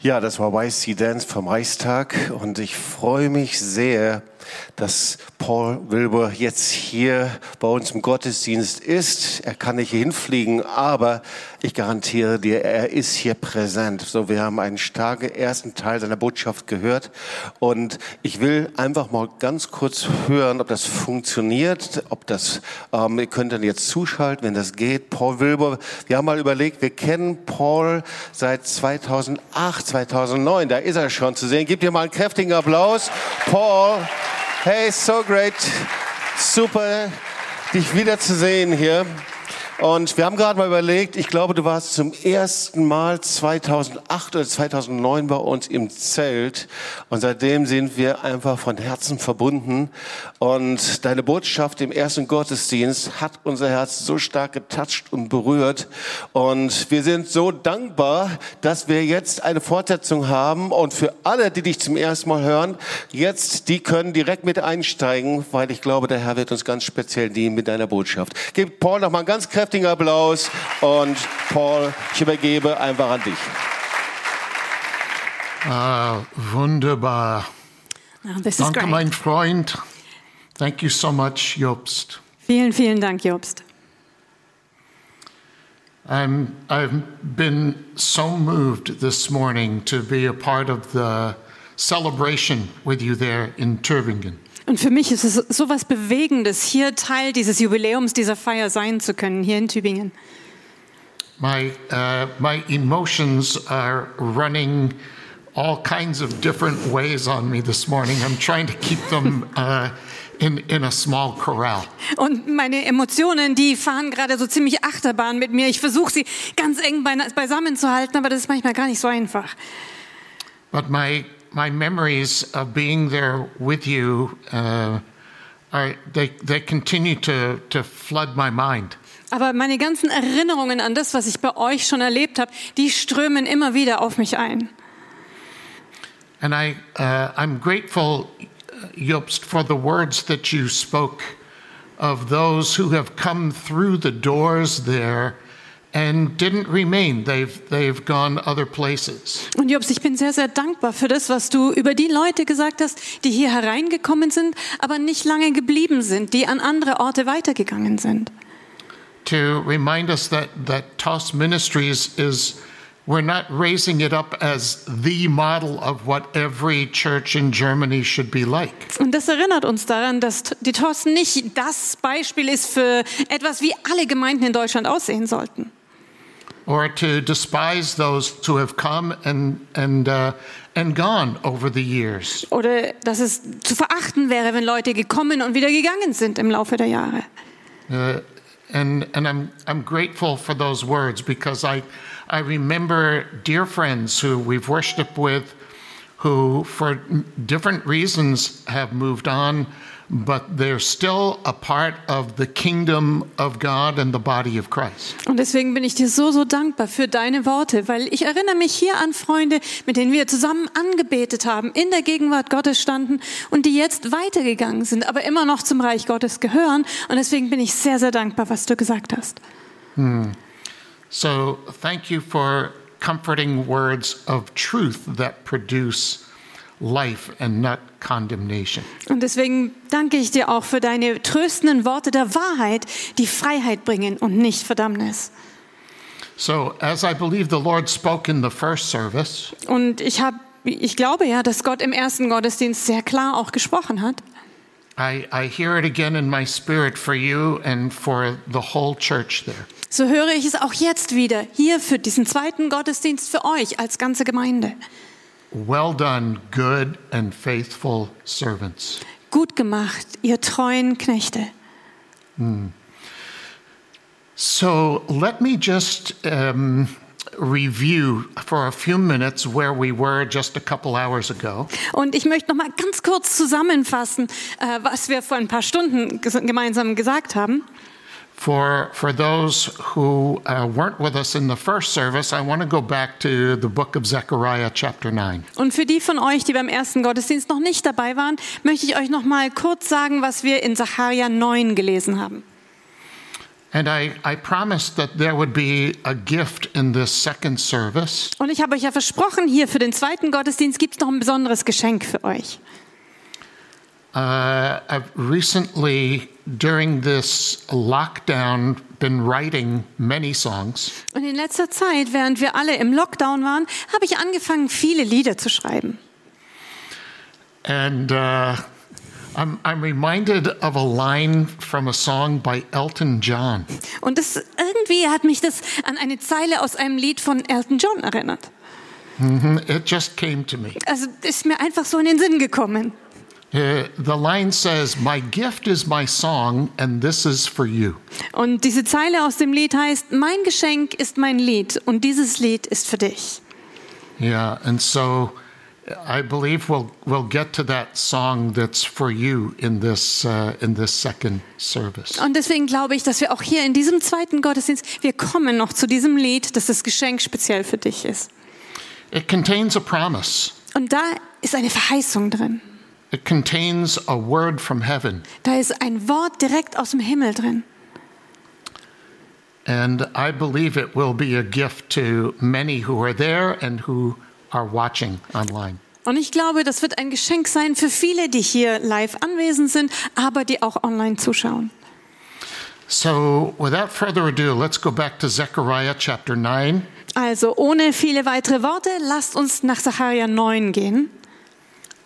Ja, das war YC Dance vom Reichstag und ich freue mich sehr, dass Paul Wilbur jetzt hier bei uns im Gottesdienst ist. Er kann nicht hinfliegen, aber ich garantiere dir, er ist hier präsent. So, wir haben einen starken ersten Teil seiner Botschaft gehört und ich will einfach mal ganz kurz hören, ob das funktioniert, ob das, ähm, ihr könnt dann jetzt zuschalten, wenn das geht. Paul Wilbur, wir haben mal überlegt, wir kennen Paul seit 2008, 2009, da ist er schon zu sehen. Gebt ihr mal einen kräftigen Applaus. Paul, Hey, so great. Super, dich wiederzusehen hier. Und wir haben gerade mal überlegt, ich glaube, du warst zum ersten Mal 2008 oder 2009 bei uns im Zelt. Und seitdem sind wir einfach von Herzen verbunden. Und deine Botschaft im ersten Gottesdienst hat unser Herz so stark getatscht und berührt. Und wir sind so dankbar, dass wir jetzt eine Fortsetzung haben. Und für alle, die dich zum ersten Mal hören, jetzt, die können direkt mit einsteigen, weil ich glaube, der Herr wird uns ganz speziell dienen mit deiner Botschaft. Gib Paul nochmal einen ganz kräftigen Applaus. Und Paul, ich übergebe einfach an dich. Ah, wunderbar. Now, this is Danke, great. mein Freund. Thank you so much, Jobst. Vielen, vielen Dank, Jobst. I'm, I've been so moved this morning to be a part of the celebration with you there in Tübingen. Und für mich ist es so was Bewegendes, hier Teil dieses Jubiläums, dieser Feier sein zu können, hier in Tübingen. My, uh, my emotions are running all kinds of different ways on me this morning. I'm trying to keep them uh, in, in a small corral. Und meine Emotionen, die fahren gerade so ziemlich Achterbahn mit mir. Ich versuche sie ganz eng beine- beisammen zu halten, aber das ist manchmal gar nicht so einfach. But my my memories of being there with you uh, are they they continue to to flood my mind. Aber meine ganzen Erinnerungen an das, was ich bei euch schon erlebt habe, die strömen immer wieder auf mich ein. And I uh, I'm grateful, Jobst, for the words that you spoke of those who have come through the doors there and didn't remain. They've they've gone other places. Und Jobs, ich bin sehr, sehr dankbar für das, was du über die Leute gesagt hast, die hier hereingekommen sind, aber nicht lange geblieben sind, die an andere Orte weitergegangen sind. To remind us that that Toss Ministries is. We're not raising it up as the model of what every church in Germany should be like. Und das erinnert uns daran, dass T- die Thorsten nicht das Beispiel ist für etwas, wie alle Gemeinden in Deutschland aussehen sollten. or to despise those who have come and and uh, and gone over the years. Oder dass es zu verachten wäre, wenn Leute gekommen und wieder gegangen sind im Laufe der Jahre. Uh, and and I'm I'm grateful for those words because I I remember dear friends who we've worshipped with, who for different reasons have moved on, but they're still a part of the kingdom of God and the body of Christ. Und deswegen bin ich dir so, so dankbar für deine Worte, weil ich erinnere mich hier an Freunde, mit denen wir zusammen angebetet haben, in der Gegenwart Gottes standen und die jetzt weitergegangen sind, aber immer noch zum Reich Gottes gehören. Und deswegen bin ich sehr, sehr dankbar, was du gesagt hast. So thank you for comforting words of truth that produce life and not condemnation. Und deswegen danke ich dir auch für deine tröstenden Worte der Wahrheit, die Freiheit bringen und nicht Verdammnis. So as I believe the Lord spoke in the first service, Und ich habe, ich glaube ja, dass Gott im ersten Gottesdienst sehr klar auch gesprochen hat. I, I hear it again in my spirit for you and for the whole church there. So höre ich es auch jetzt wieder, hier für diesen zweiten Gottesdienst für euch als ganze Gemeinde. Well done, good and faithful servants. Gut gemacht, ihr treuen Knechte. So let me just um, review for a few minutes where we were just a couple hours ago. Und ich möchte noch mal ganz kurz zusammenfassen, äh, was wir vor ein paar Stunden ges gemeinsam gesagt haben. For, for those who uh, weren't with us in the first service, I want to go back to the book of Zechariah, chapter 9. Und für die von euch, die beim ersten Gottesdienst noch nicht dabei waren, möchte ich euch noch mal kurz sagen, was wir in Sacharja 9 gelesen haben. And I, I promised that there would be a gift in this second service. Und ich habe euch ja versprochen, hier für den zweiten Gottesdienst gibt es noch ein besonderes Geschenk für euch. I've recently, during this lockdown, been writing many songs. Und in letzter Zeit, während wir alle im Lockdown waren, habe ich angefangen, viele Lieder zu schreiben. And uh, I'm, I'm reminded of a line from a song by Elton John. Und das irgendwie hat mich das an eine Zeile aus einem Lied von Elton John erinnert. It just came to me. Also ist mir einfach so in den Sinn gekommen. Uh, the line says, My gift is my song, and this is for you. Und diese Zeile aus dem Lied heißt, mein Geschenk ist mein Lied und dieses Lied ist für dich. Yeah, and so I believe we'll we'll get to that song that's for you in this uh, in this second service. Und deswegen glaube ich, dass wir auch hier in diesem zweiten Gottesdienst, wir kommen noch zu diesem Lied, dass das Geschenk speziell für dich ist. It contains a promise. Und da ist eine Verheißung drin. It contains a word from heaven, Da ist ein Wort direkt aus dem Himmel drin. and I believe it will be a gift to many who are there and who are watching online. Und ich glaube, das wird ein Geschenk sein für viele, die hier live anwesend sind, aber die auch online zuschauen. So, without further ado, let's go back to Zechariah chapter 9 Also ohne viele weitere Worte, lasst uns nach Sacharja 9 gehen.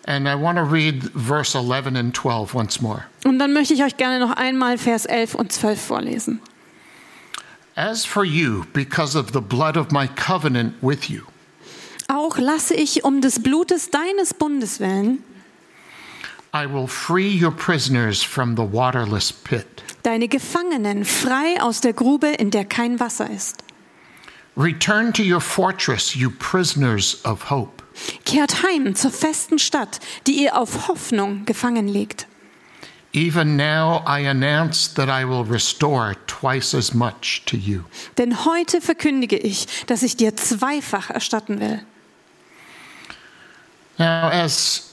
and I want to read verse 11 and 12 once more. Und dann möchte ich euch gerne noch einmal Vers 11 und 12 vorlesen. As for you, because of the blood of my covenant with you, Auch lasse ich um des Blutes deines Bundes willen I will free your prisoners from the waterless pit. deine Gefangenen frei aus der Grube, in der kein Wasser ist. Return to your fortress, you prisoners of hope. Kehrt heim zur festen Stadt, die ihr auf Hoffnung gefangen liegt. Even now I announce that I will restore twice as much to you. Denn heute verkündige ich, dass ich dir zweifach erstatten will. Now, as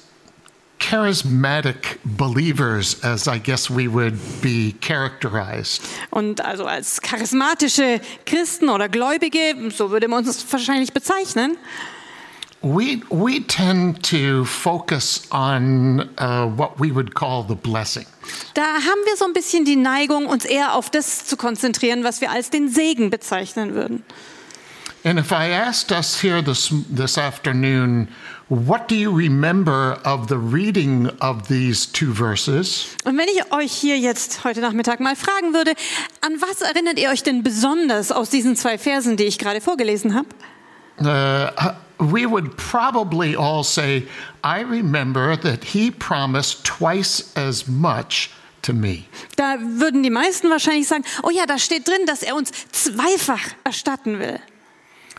charismatic believers, as I guess we would be characterized, Und also als charismatische Christen oder Gläubige, so würde man uns wahrscheinlich bezeichnen, we, we tend to focus on uh, what we would call the blessing. da haben wir so ein bisschen die Neigung, uns eher auf das zu konzentrieren, was wir als den Segen bezeichnen würden. And if I asked us here this this afternoon, what do you remember of the reading of these two verses? Und wenn ich euch hier jetzt heute Nachmittag mal fragen würde, an was erinnert ihr euch denn besonders aus diesen zwei Versen, die ich gerade vorgelesen habe? Uh, we would probably all say, I remember that he promised twice as much to me. Da würden die meisten wahrscheinlich sagen, oh ja, da steht drin, dass er uns zweifach erstatten will.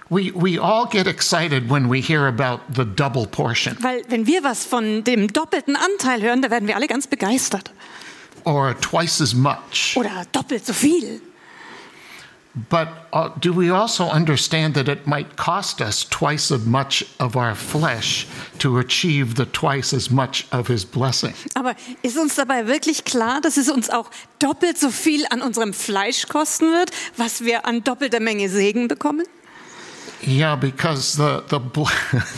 We we all get excited when we hear about the double portion Weil wenn wir was von dem doppelten Anteil hören, da werden wir alle ganz begeistert. or twice as much. Oder doppelt so viel. But uh, do we also understand that it might cost us twice as much of our flesh to achieve the twice as much of his blessing? Aber ist uns dabei wirklich klar, dass es uns auch doppelt so viel an unserem Fleisch kosten wird, was wir an doppelter Menge Segen bekommen? Yeah, because the the bl-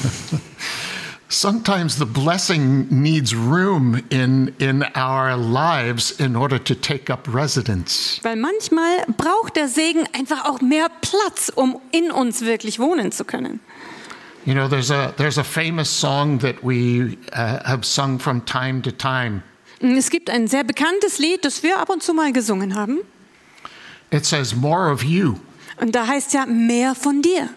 sometimes the blessing needs room in in our lives in order to take up residence. Weil manchmal braucht der Segen einfach auch mehr Platz, um in uns wirklich wohnen zu können. You know, there's a there's a famous song that we uh, have sung from time to time. Es gibt ein sehr bekanntes Lied, das wir ab und zu mal gesungen haben. It says more of you, Und da heißt ja mehr von dir.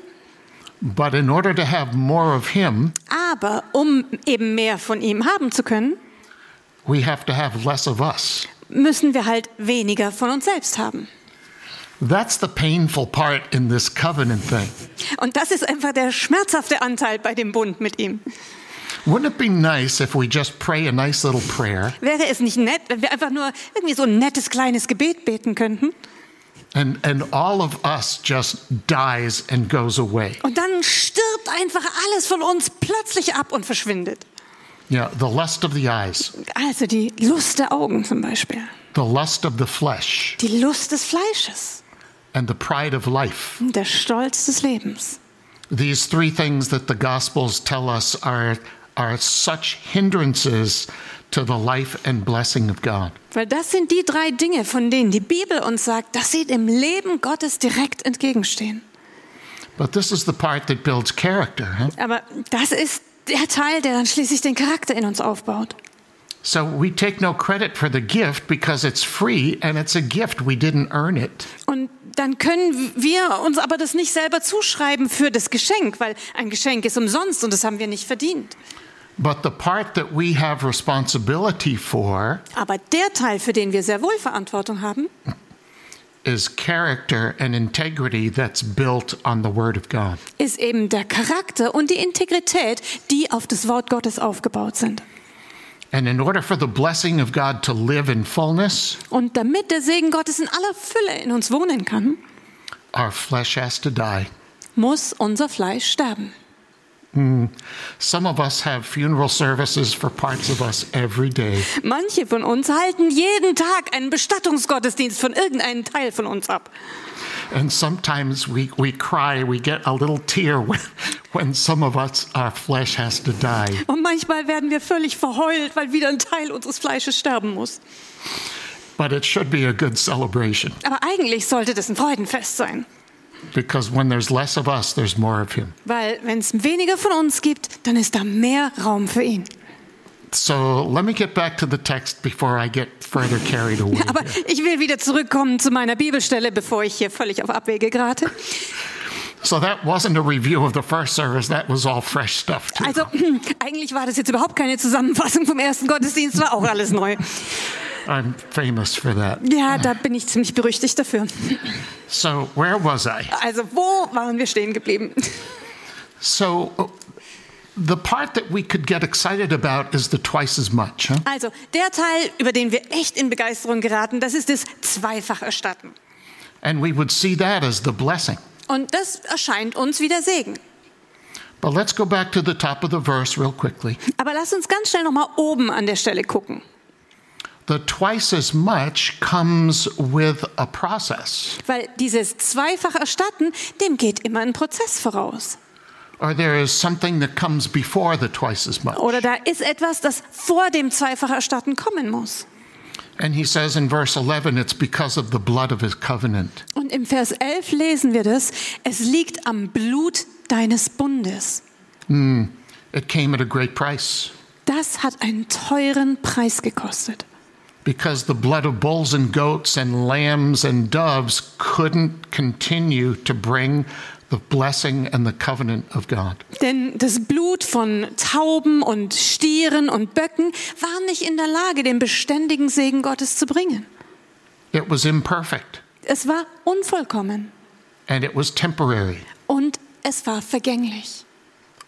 but in order to have more of him, Aber um eben mehr von ihm haben zu können, we have to have less of us. müssen wir halt weniger von uns selbst haben. That's the painful part in this covenant thing. Und das ist einfach der schmerzhafte Anteil bei dem Bund mit ihm. Wouldn't it be nice if we just pray a nice little prayer Wäre es nicht nett, wenn wir einfach nur irgendwie so ein nettes kleines Gebet beten könnten and and all of us just dies and goes away und dann stirbt einfach alles von uns plötzlich ab und verschwindet. yeah the lust of the eyes Also die Lust der Augen zum Beispiel. the lust of the flesh die Lust des Fleisches and the pride of life. und der Stolz des Lebens. These three things that the Gospels tell us are, are such hindrances to the life and blessing of God. Weil das sind die drei Dinge, von denen die Bibel uns sagt, dass sie dem Leben Gottes direkt entgegenstehen. But this is the part that builds character. Huh? Aber das ist der Teil, der dann schließlich den Charakter in uns aufbaut. So we take no credit for the gift because it's free and it's a gift. We didn't earn it. Und dann können wir uns aber das nicht selber zuschreiben für das Geschenk, weil ein Geschenk ist umsonst und das haben wir nicht verdient. But the part that we have responsibility for Aber der Teil, für den wir sehr wohl Verantwortung haben, is character and integrity that's built on the Word of God. ist eben der Charakter und die Integrität, die auf das Wort Gottes aufgebaut sind. And in order for the blessing of God to live in fullness, Und damit der Segen Gottes in aller Fülle in uns wohnen kann, our flesh has to die. muss unser Fleisch sterben. Some of us have funeral services for parts of us every day. Manche von uns halten jeden Tag einen Bestattungsgottesdienst von irgendeinem Teil von uns ab. And sometimes we, we cry, we get a little tear when, when some of us, our flesh has to die. Und manchmal werden wir völlig verheult, weil wieder ein Teil unseres Fleisches sterben muss. But it should be a good celebration Aber eigentlich sollte das ein Freudenfest sein. because when there's less of us, there's more of Him. Weil wenn es weniger von uns gibt, dann ist da mehr Raum für ihn. So let me get back to the text before I get further carried away. Aber ich will wieder zurückkommen zu meiner Bibelstelle, bevor ich hier völlig auf Abwege gerate. So that wasn't a review of the first service, that was all fresh stuff. Too. Also eigentlich war das jetzt überhaupt keine Zusammenfassung vom ersten Gottesdienst, war auch alles neu. I'm famous for that. Ja, da bin ich ziemlich berüchtigt dafür. So where was I? Also wo waren wir stehen geblieben? So uh, the part that we could get excited about is the twice as much. Huh? Also der Teil, über den wir echt in Begeisterung geraten, das ist das Zweifacherstatten. And we would see that as the blessing. Und das erscheint uns wie der Segen. But let's go back to the top of the verse real quickly. Aber lass uns ganz schnell nochmal oben an der Stelle gucken. The twice as much comes with a process, Weil dieses Zweifacherstatten, dem geht immer ein Prozess voraus. or there is something that comes before the twice as much. Oder da ist etwas, das vor dem Zweifacherstatten kommen muss. And he says in verse 11, it's because of the blood of his covenant. Und im Vers 11 lesen wir das, es liegt am Blut deines Bundes. It came at a great price. Das hat einen teuren Preis gekostet. Because the blood of bulls and goats and lambs and doves couldn't continue to bring the blessing and the covenant of God. Denn das Blut von Tauben und Stieren und Böcken war nicht in der Lage, den beständigen Segen Gottes zu bringen. It was imperfect Es war unvollkommen and it was temporary und es war vergänglich.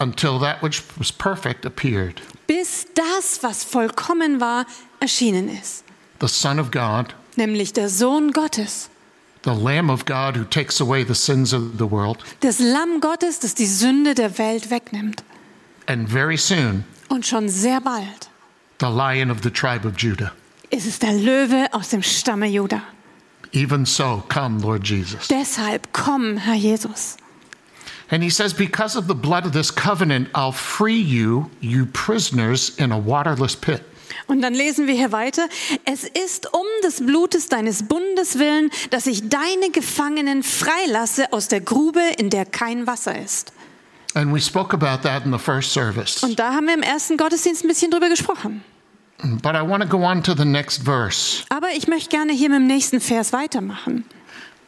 until that which was perfect appeared Bis das, was vollkommen war, erschienen ist. the Son of God, Nämlich der Sohn Gottes. the Lamb of God who takes away the sins of the world. Das Lamm Gottes, das die Sünde der Welt wegnimmt. And very soon, Und schon sehr bald the Lion of the tribe of Judah. ist es der Löwe aus dem Stamme Juda. Even so, come, Lord Jesus. Deshalb komm, Herr Jesus. And he says, Because of the blood of this covenant, I'll free you, you prisoners, in a waterless pit. Und dann lesen wir hier weiter. Es ist um des Blutes deines Bundes willen, dass ich deine Gefangenen freilasse aus der Grube, in der kein Wasser ist. And we spoke about that in the first service. Und da haben wir im ersten Gottesdienst ein bisschen drüber gesprochen. But I want to go on to the next verse. Aber ich möchte gerne hier mit dem nächsten Vers weitermachen.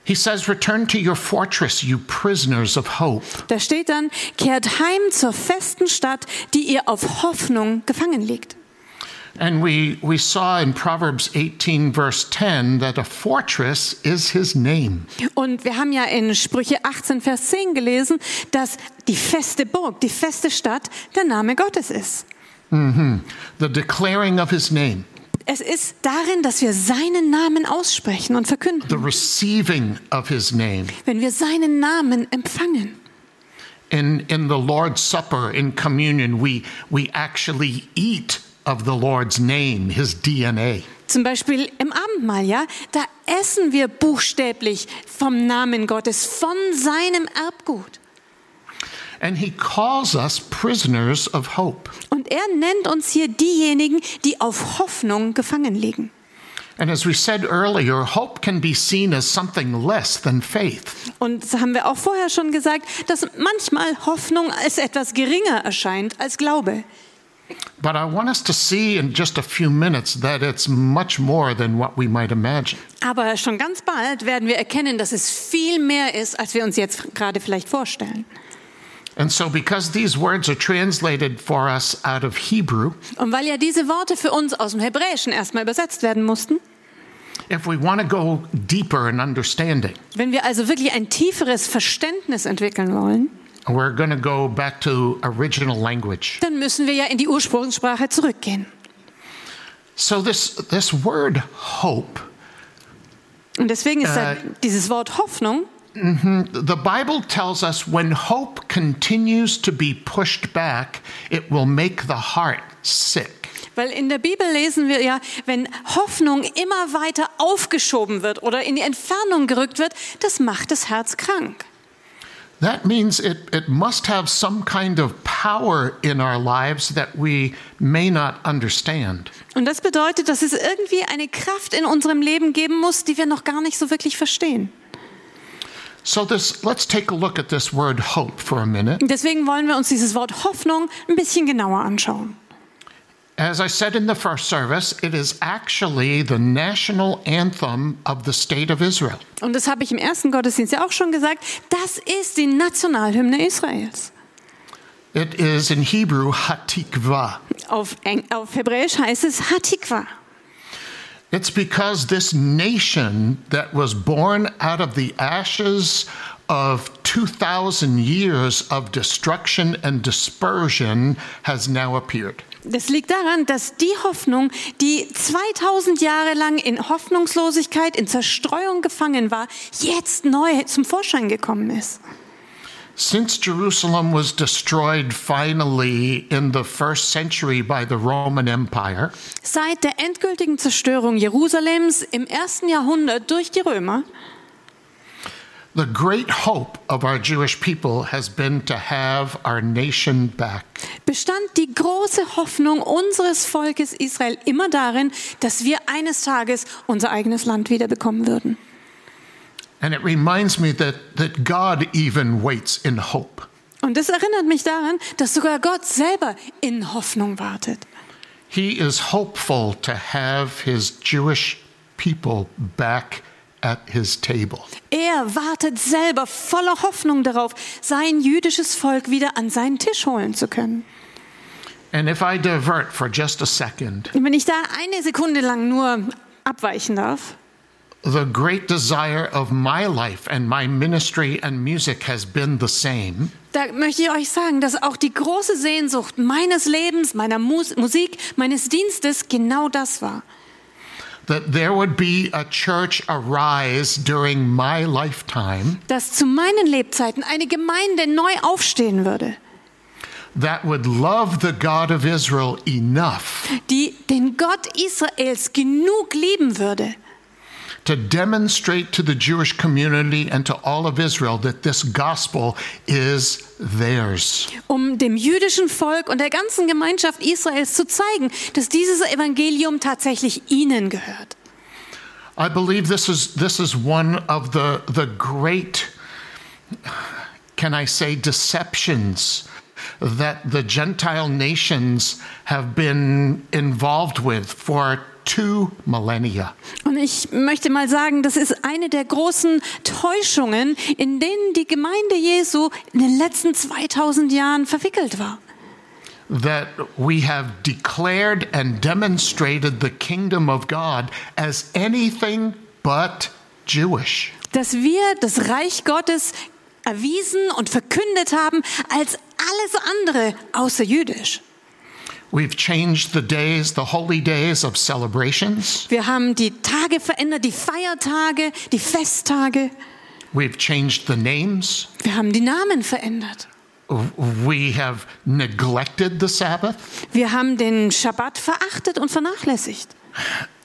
He says, Return to your fortress, you prisoners of hope. Da steht dann, kehrt heim zur festen Stadt, die ihr auf Hoffnung gefangen liegt. And we, we saw in Proverbs 18, verse 10, that a fortress is his name. Und wir haben ja in Sprüche 18, Vers 10 gelesen, dass die feste Burg, die feste Stadt der Name Gottes ist. The declaring of his name, Es ist darin, dass wir seinen Namen aussprechen und verkünden, the receiving of his name. wenn wir seinen Namen empfangen. in in the lord's supper in communion we we actually eat of the lord's name his dna Zum Beispiel im Abendmahl, ja, da essen wir buchstäblich vom Namen Gottes, von seinem Erbgut. And he calls us prisoners of hope. Und er nennt uns hier diejenigen, die auf Hoffnung gefangen liegen. And as we said earlier, hope can be seen as something less than faith. Und das haben wir auch vorher schon gesagt, dass manchmal Hoffnung als etwas geringer erscheint als Glaube. But I want us to see in just a few minutes that it's much more than what we might imagine. Aber schon ganz bald werden wir erkennen, dass es viel mehr ist, als wir uns jetzt gerade vielleicht vorstellen. And so, because these words are translated for us out of Hebrew, Und weil ja diese Worte für uns aus dem Hebräischen erstmal übersetzt werden mussten, if we want to go deeper in understanding, wenn wir also wirklich ein tieferes Verständnis entwickeln wollen, we're going to go back to original language. dann müssen wir ja in die Ursprungssprache zurückgehen. So, this, this word hope, Und deswegen ist da dieses Wort Hoffnung the Bible tells us when hope continues to be pushed back, it will make the heart sick. Weil in der Bibel lesen wir ja, wenn Hoffnung immer weiter aufgeschoben wird oder in die Entfernung gerückt wird, das macht das Herz krank. That means it, it must have some kind of power in our lives that we may not understand. Und das bedeutet, dass es irgendwie eine Kraft in unserem Leben geben muss, die wir noch gar nicht so wirklich verstehen. So this let's take a look at this word hope for a minute. Und Deswegen wollen wir uns dieses Wort Hoffnung ein bisschen genauer anschauen. As I said in the first service, it is actually the national anthem of the state of Israel. Und das habe ich im ersten Gottesdienst ja auch schon gesagt. Das ist die Nationalhymne Israels. It is in Hebrew Hatikvah. Auf, Eng auf Hebräisch heißt es Hatikva. It's because this nation that was born out of the ashes of 2,000 years of destruction and dispersion has now appeared. Das liegt daran, dass die Hoffnung, die 2000 Jahre lang in Hoffnungslosigkeit, in Zerstreuung gefangen war, jetzt neu zum Vorschein gekommen ist. Since Jerusalem was destroyed finally in the first century by the Roman Empire, Seit der endgültigen Zerstörung Jerusalems im ersten Jahrhundert durch die Römer the great hope of our Jewish people has been to have our nation back. bestand die große Hoffnung unseres Volkes Israel immer darin, dass wir eines Tages unser eigenes Land wiederbekommen würden. And it reminds me that, that God even waits in hope. Und das erinnert mich daran, dass sogar Gott selber in Hoffnung wartet. He is hopeful to have his Jewish people back at his table. Er wartet selber voller Hoffnung darauf, sein jüdisches Volk wieder an seinen Tisch holen zu können. And if I divert for just a second, Und wenn ich da eine Sekunde lang nur abweichen darf. the great desire of my life and my ministry and music has been the same. Da möchte ich euch sagen, dass auch die große Sehnsucht meines Lebens, meiner Mus Musik, meines Dienstes genau das war. That there would be a church arise during my lifetime Dass zu meinen Lebzeiten eine Gemeinde neu aufstehen würde, that would love the God of Israel enough die den Gott Israels genug lieben würde, to demonstrate to the Jewish community and to all of Israel that this gospel is theirs. um dem jüdischen Volk und der ganzen Gemeinschaft Israels zu zeigen, dass dieses Evangelium tatsächlich ihnen gehört. I believe this is this is one of the the great can I say deceptions that the Gentile nations have been involved with for two millennia. Und ich möchte mal sagen, das ist eine der großen Täuschungen, in denen die Gemeinde Jesu in den letzten 2000 Jahren verwickelt war. That we have declared and demonstrated the kingdom of God as anything but Jewish. Dass wir das Reich Gottes erwiesen und verkündet haben als alles andere außer jüdisch. We've changed the days, the holy days of celebrations. Wir haben die Tage verändert, die Feiertage, die Festtage. We've changed the names. Wir haben die Namen verändert. we have neglected the Sabbath, Wir haben den Schabbat verachtet und vernachlässigt.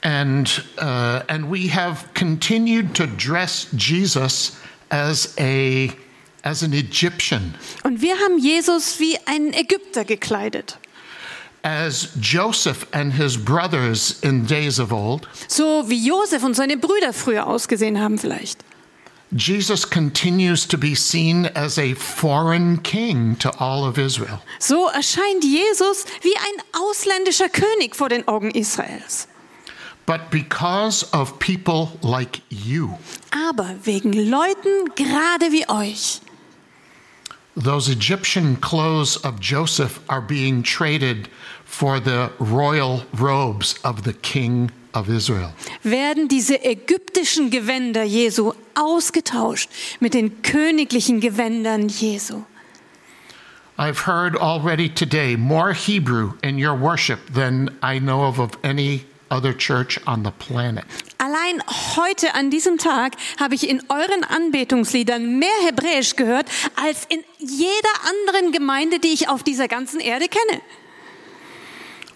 and uh, and we have continued to dress Jesus as a as an Egyptian, Und wir haben Jesus wie einen Ägypter gekleidet. as Joseph and his brothers in days of old. So wie Josef und seine Brüder früher ausgesehen haben vielleicht. Jesus continues to be seen as a foreign king to all of Israel. So erscheint Jesus wie ein ausländischer König vor den Augen Israels. But because of people like you, Aber wegen Leuten gerade wie euch. those Egyptian clothes of Joseph are being traded for the royal robes of the king of Israel. werden diese ägyptischen Gewänder Jesu ausgetauscht mit den königlichen Gewändern Jesu. I've heard already today more Hebrew in your worship than I know of of any other church on the planet. Allein heute an diesem Tag habe ich in euren Anbetungsliedern mehr Hebräisch gehört als in jeder anderen Gemeinde, die ich auf dieser ganzen Erde kenne.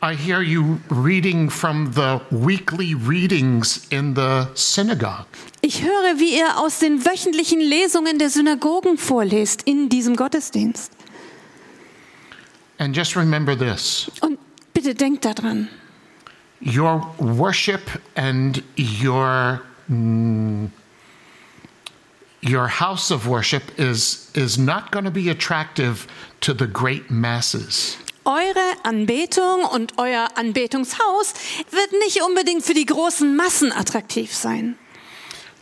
I hear you reading from the weekly readings in the synagogue. Ich höre, wie ihr aus den wöchentlichen Lesungen der Synagogen vorlest in diesem Gottesdienst. And just remember this Und bitte denkt daran, your worship and your mm, your house of worship is is not going to be attractive to the great masses Eure Anbetung und euer Anbetungshaus wird nicht unbedingt für die großen Massen attraktiv sein.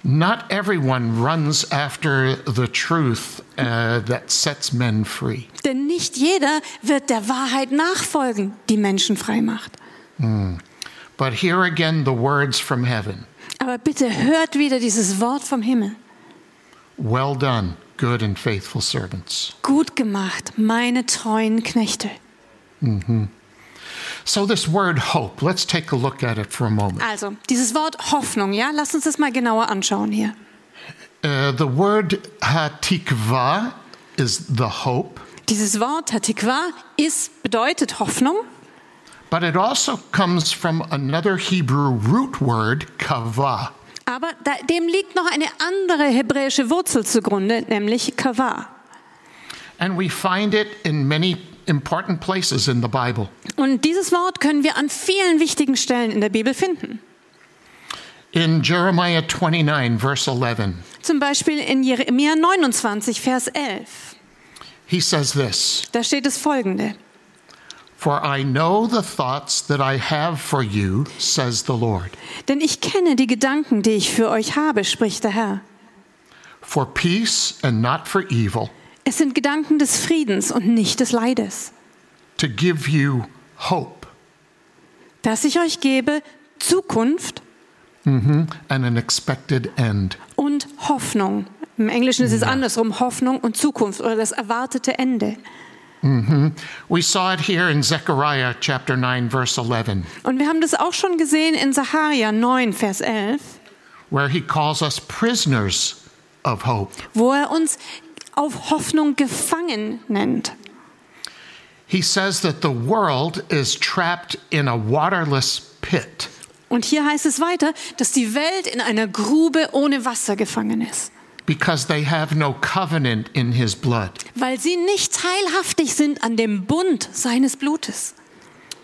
not everyone runs after the truth uh, that sets men free Denn nicht jeder wird der Wahrheit nachfolgen, die Menschen frei macht. but here again the words from heaven Aber bitte hört wieder dieses Wort vom Himmel. well done good and faithful servants Gut gemacht, meine treuen Knechte. so this word hope let's take a look at it for a moment Also, dieses Wort Hoffnung, ja, lasst uns das mal genauer anschauen hier. Uh, the word hatikva is the hope, Dieses Wort, Hatikwa, ist, bedeutet Hoffnung, but it also comes from another Hebrew root word, kava. aber da, dem liegt noch eine andere hebräische Wurzel zugrunde, nämlich Kavah. And we find it in many important places in the Bible. Und dieses Wort können wir an vielen wichtigen Stellen in der Bibel finden. In Jeremiah 29, verse 11, Zum Beispiel in Jeremia 29, Vers 11. he says this Da steht es folgende. For I know the thoughts that I have for you, says the Lord, Denn ich kenne die Gedanken, die ich für euch habe, spricht der Herr. for peace and not for evil, Es sind Gedanken des Friedens und nicht des Leides, to give you hope dass ich euch gebe Zukunft and an expected end. und Hoffnung. Im Englischen ist es andersrum, Hoffnung und Zukunft oder das erwartete Ende. We saw it here in Zechariah chapter 9 verse 11 Und wir haben das auch schon gesehen in Sacharia 9, Vers 11, where he calls us prisoners of hope. wo er uns auf Hoffnung gefangen nennt. He says that the world is trapped in a waterless pit Und hier heißt es weiter, dass die Welt in einer Grube ohne Wasser gefangen ist, because they have no covenant in his blood. weil sie nicht teilhaftig sind an dem Bund seines Blutes.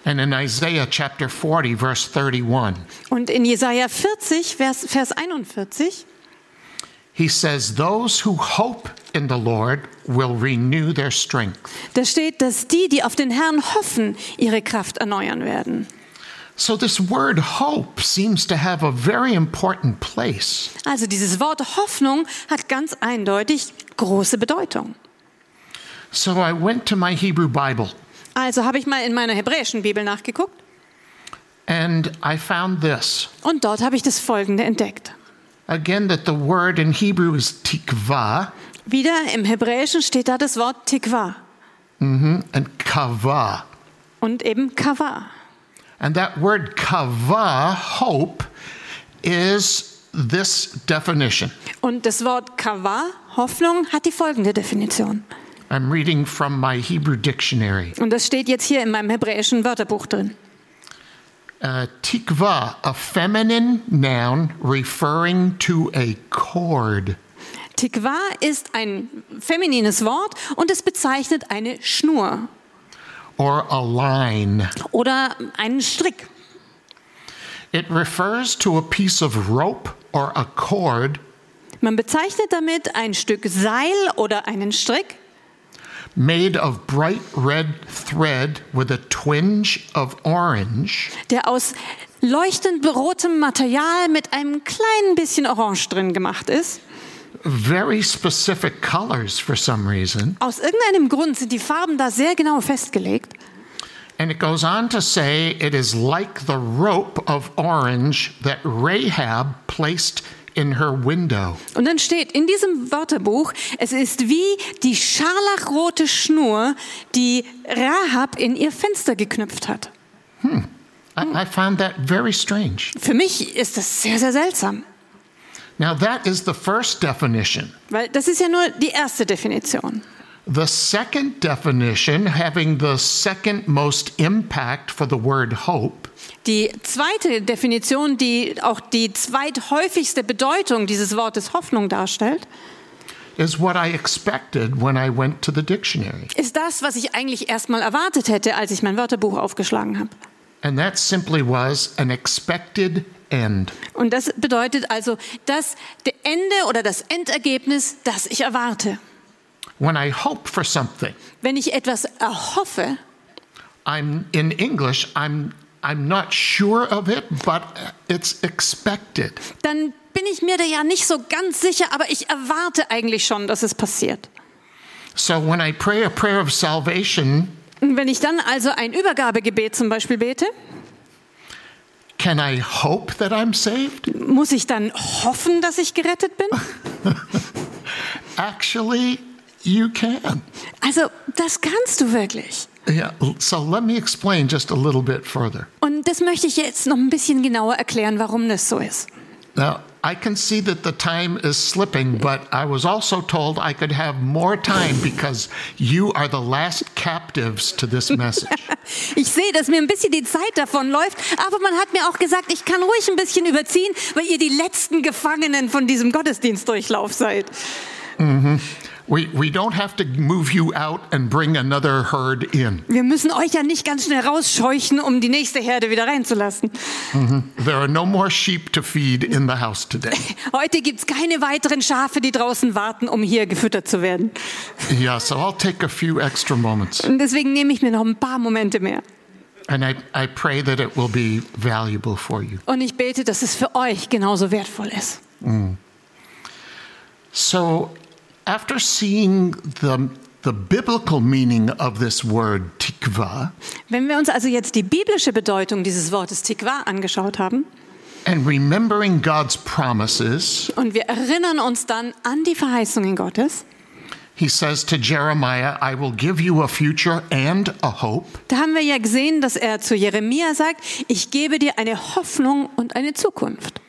And in Isaiah chapter 40 verse 31, Und in Jesaja 40, Vers, Vers 41, he says those who hope in the Lord will renew their strength. da steht, dass die, die auf den Herrn hoffen, ihre Kraft erneuern werden. So this word hope seems to have a very important place. Also dieses Wort Hoffnung hat ganz eindeutig große Bedeutung. So I went to my Hebrew Bible Also habe ich mal in meiner hebräischen Bibel nachgeguckt And I found this und dort habe ich das Folgende entdeckt. again that the word in Hebrew is tikva Wieder im Hebräischen steht da das Wort Tikva and kava. und eben Kava. And that word kava, hope, is this definition. Und das Wort Kava, Hoffnung, hat die folgende Definition. I'm reading from my Hebrew dictionary. Und das steht jetzt hier in meinem hebräischen Wörterbuch drin. Uh, tikva, a feminine noun referring to a cord. Tikva ist ein feminines Wort und es bezeichnet eine Schnur or a line. oder einen Strick. It refers to a piece of rope or a cord Man bezeichnet damit ein Stück Seil oder einen Strick, made of bright red thread with a twinge of orange der aus leuchtend rotem Material mit einem kleinen bisschen Orange drin gemacht ist. very specific colors for some reason. Aus irgendeinem Grund sind die Farben da sehr genau festgelegt. And it goes on to say it is like the rope of orange that Rahab placed in her window. Und dann steht in diesem Wörterbuch, es ist wie die scharlachrote Schnur, die Rahab in ihr Fenster geknüpft hat. I, I found that very strange. Für mich ist das sehr, sehr seltsam, Now, that is the first definition. weil das ist ja nur die erste Definition. The second definition, having the second most impact for the word hope, Die zweite Definition, die auch die zweithäufigste Bedeutung dieses Wortes Hoffnung darstellt, is what I expected when I went to the dictionary. ist das, was ich eigentlich erstmal erwartet hätte, als ich mein Wörterbuch aufgeschlagen habe. And that simply was an expected end. Und das bedeutet also das Ende oder das Endergebnis, das ich erwarte. When I hope for something, Wenn ich etwas erhoffe, I'm in English, I'm I'm not sure of it, but it's expected. dann bin ich mir da ja nicht so ganz sicher, aber ich erwarte eigentlich schon, dass es passiert. So when I pray a prayer of salvation, Und wenn ich dann also ein Übergabegebet zum Beispiel bete, can I hope that I'm saved? muss ich dann hoffen, dass ich gerettet bin? Actually, you can. Also das kannst du wirklich. Yeah, so let me explain just a little bit further. Und das möchte ich jetzt noch ein bisschen genauer erklären, warum das so ist. Now, I can see that the time is slipping, but I was also told I could have more time because you are the last captives to this message. Ich sehe, dass mir ein bisschen die Zeit davon läuft, aber man hat mir auch gesagt, ich kann ruhig ein bisschen überziehen, weil ihr die letzten Gefangenen von diesem Gottesdienstdurchlauf seid. we, we don't have to move you out and bring another herd in. Wir müssen euch ja nicht ganz schnell rausscheuchen, um die nächste Herde wieder reinzulassen. There are no more sheep to feed in the house today. Heute gibt's keine weiteren Schafe, die draußen warten, um hier gefüttert zu werden. Yeah, so I'll take a few extra moments. Und deswegen nehme ich mir noch ein paar Momente mehr. And I, I pray that it will be valuable for you. Und ich bete, dass es für euch genauso wertvoll ist. So, after seeing the, the biblical meaning of this word, tikva, Wenn wir uns also jetzt die biblische Bedeutung dieses Wortes Tikwa angeschaut haben and remembering God's promises, und wir erinnern uns dann an die Verheißungen Gottes, he says to Jeremiah, I will give you a future and a hope. da haben wir ja gesehen, dass er zu Jeremia sagt, ich gebe dir eine Hoffnung und eine Zukunft.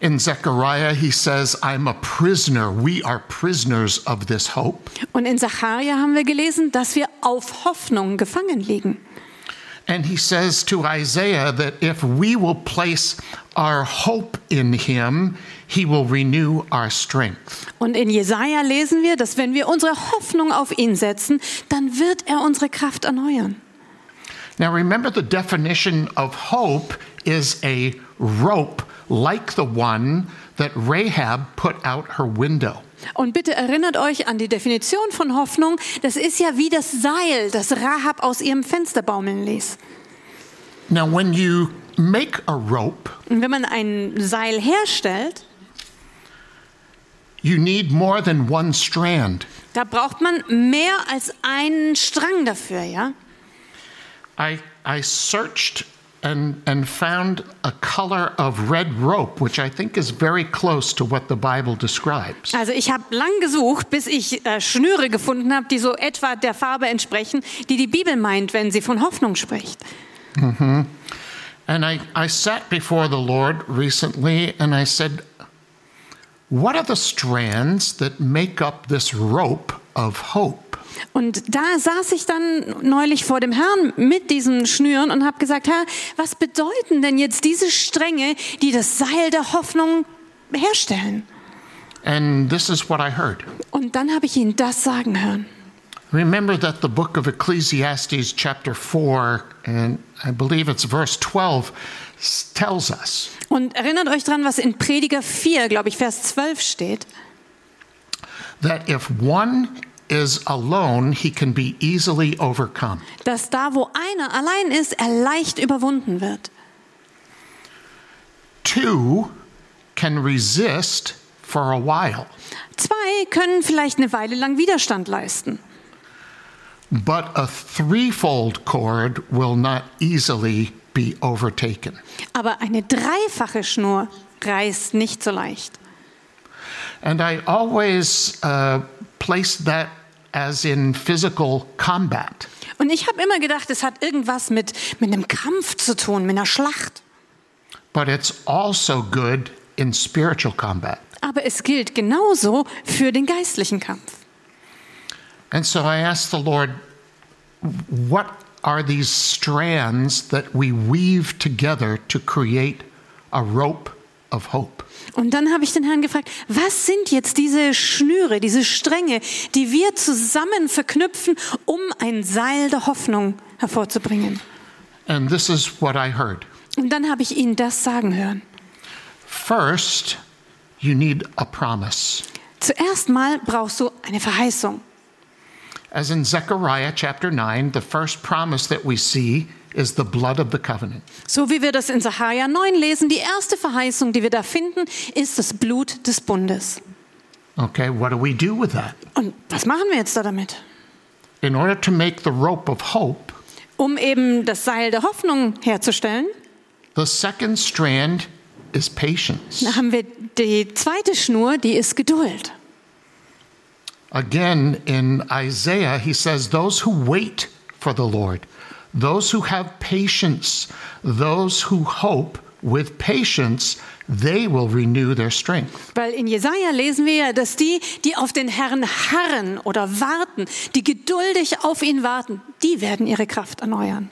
In Zechariah, he says, I'm a prisoner. We are prisoners of this hope. Und in Sacharja haben wir gelesen, dass wir auf Hoffnung gefangen liegen. And he says to Isaiah that if we will place our hope in him, he will renew our strength. Und in Jesaja lesen wir, dass wenn wir unsere Hoffnung auf ihn setzen, dann wird er unsere Kraft erneuern. Now, remember the definition of hope is a rope like the one that Rahab put out her window. Und bitte erinnert euch an die Definition von Hoffnung. Das ist ja wie das Seil, das Rahab aus ihrem Fenster baumeln ließ. Now, when you make a rope, Und wenn man ein Seil herstellt, you need more than one strand. da braucht man mehr als einen Strang dafür, ja? I, I searched and, and found a color of red rope, which I think is very close to what the Bible describes. Also ich habe lang gesucht, bis ich äh, Schnüre gefunden habe, die so etwa der Farbe entsprechen, die die Bibel meint, wenn sie von Hoffnung spricht. And I, I sat before the Lord recently and I said, What are the strands that make up this rope of hope. Und da saß ich dann neulich vor dem Herrn mit diesen Schnüren und habe gesagt, Herr, was bedeuten denn jetzt diese Stränge, die das Seil der Hoffnung herstellen? And this is what I heard. Und dann habe ich ihn das sagen hören. Remember that the book of Ecclesiastes, chapter 4, and I believe it's verse 12, s- tells us Und erinnert euch dran, was in Prediger 4, glaube ich, Vers 12 steht. that if one is alone, he can be easily overcome. dass da, wo einer allein ist, er leicht überwunden wird. Two can resist for a while, Zwei können vielleicht eine Weile lang Widerstand leisten, but a threefold cord will not easily be overtaken. aber eine dreifache Schnur reißt nicht so leicht. And I always uh, place that as in physical combat. Und ich habe immer gedacht, es hat irgendwas mit, mit einem Kampf zu tun, mit einer Schlacht. but it's also good in spiritual combat. Aber es gilt genauso für den geistlichen Kampf. And so I asked the Lord, what are these strands that we weave together to create a rope of hope? Und dann habe ich den Herrn gefragt, was sind jetzt diese Schnüre, diese Stränge, die wir zusammen verknüpfen, um ein Seil der Hoffnung hervorzubringen? And this is what I heard. Und dann habe ich ihn das sagen hören. First, you need a promise. Zuerst mal brauchst du eine Verheißung. As in Zechariah chapter 9, the first promise that we see is the blood of the covenant. So wie wir das in Sacharja 9 lesen, die erste Verheißung, die wir da finden, ist das Blut des Bundes. Okay, what do we do with that? Und was machen wir jetzt da damit? In order to make the rope of hope, Um eben das Seil der Hoffnung herzustellen, The second strand is patience. da haben wir die zweite Schnur, die ist Geduld. Again, in Isaiah, he says, Those who wait for the Lord, those who have patience, those who hope with patience, they will renew their strength. Weil in Jesaja lesen wir ja, dass die, die auf den Herrn harren oder warten, die geduldig auf ihn warten, die werden ihre Kraft erneuern.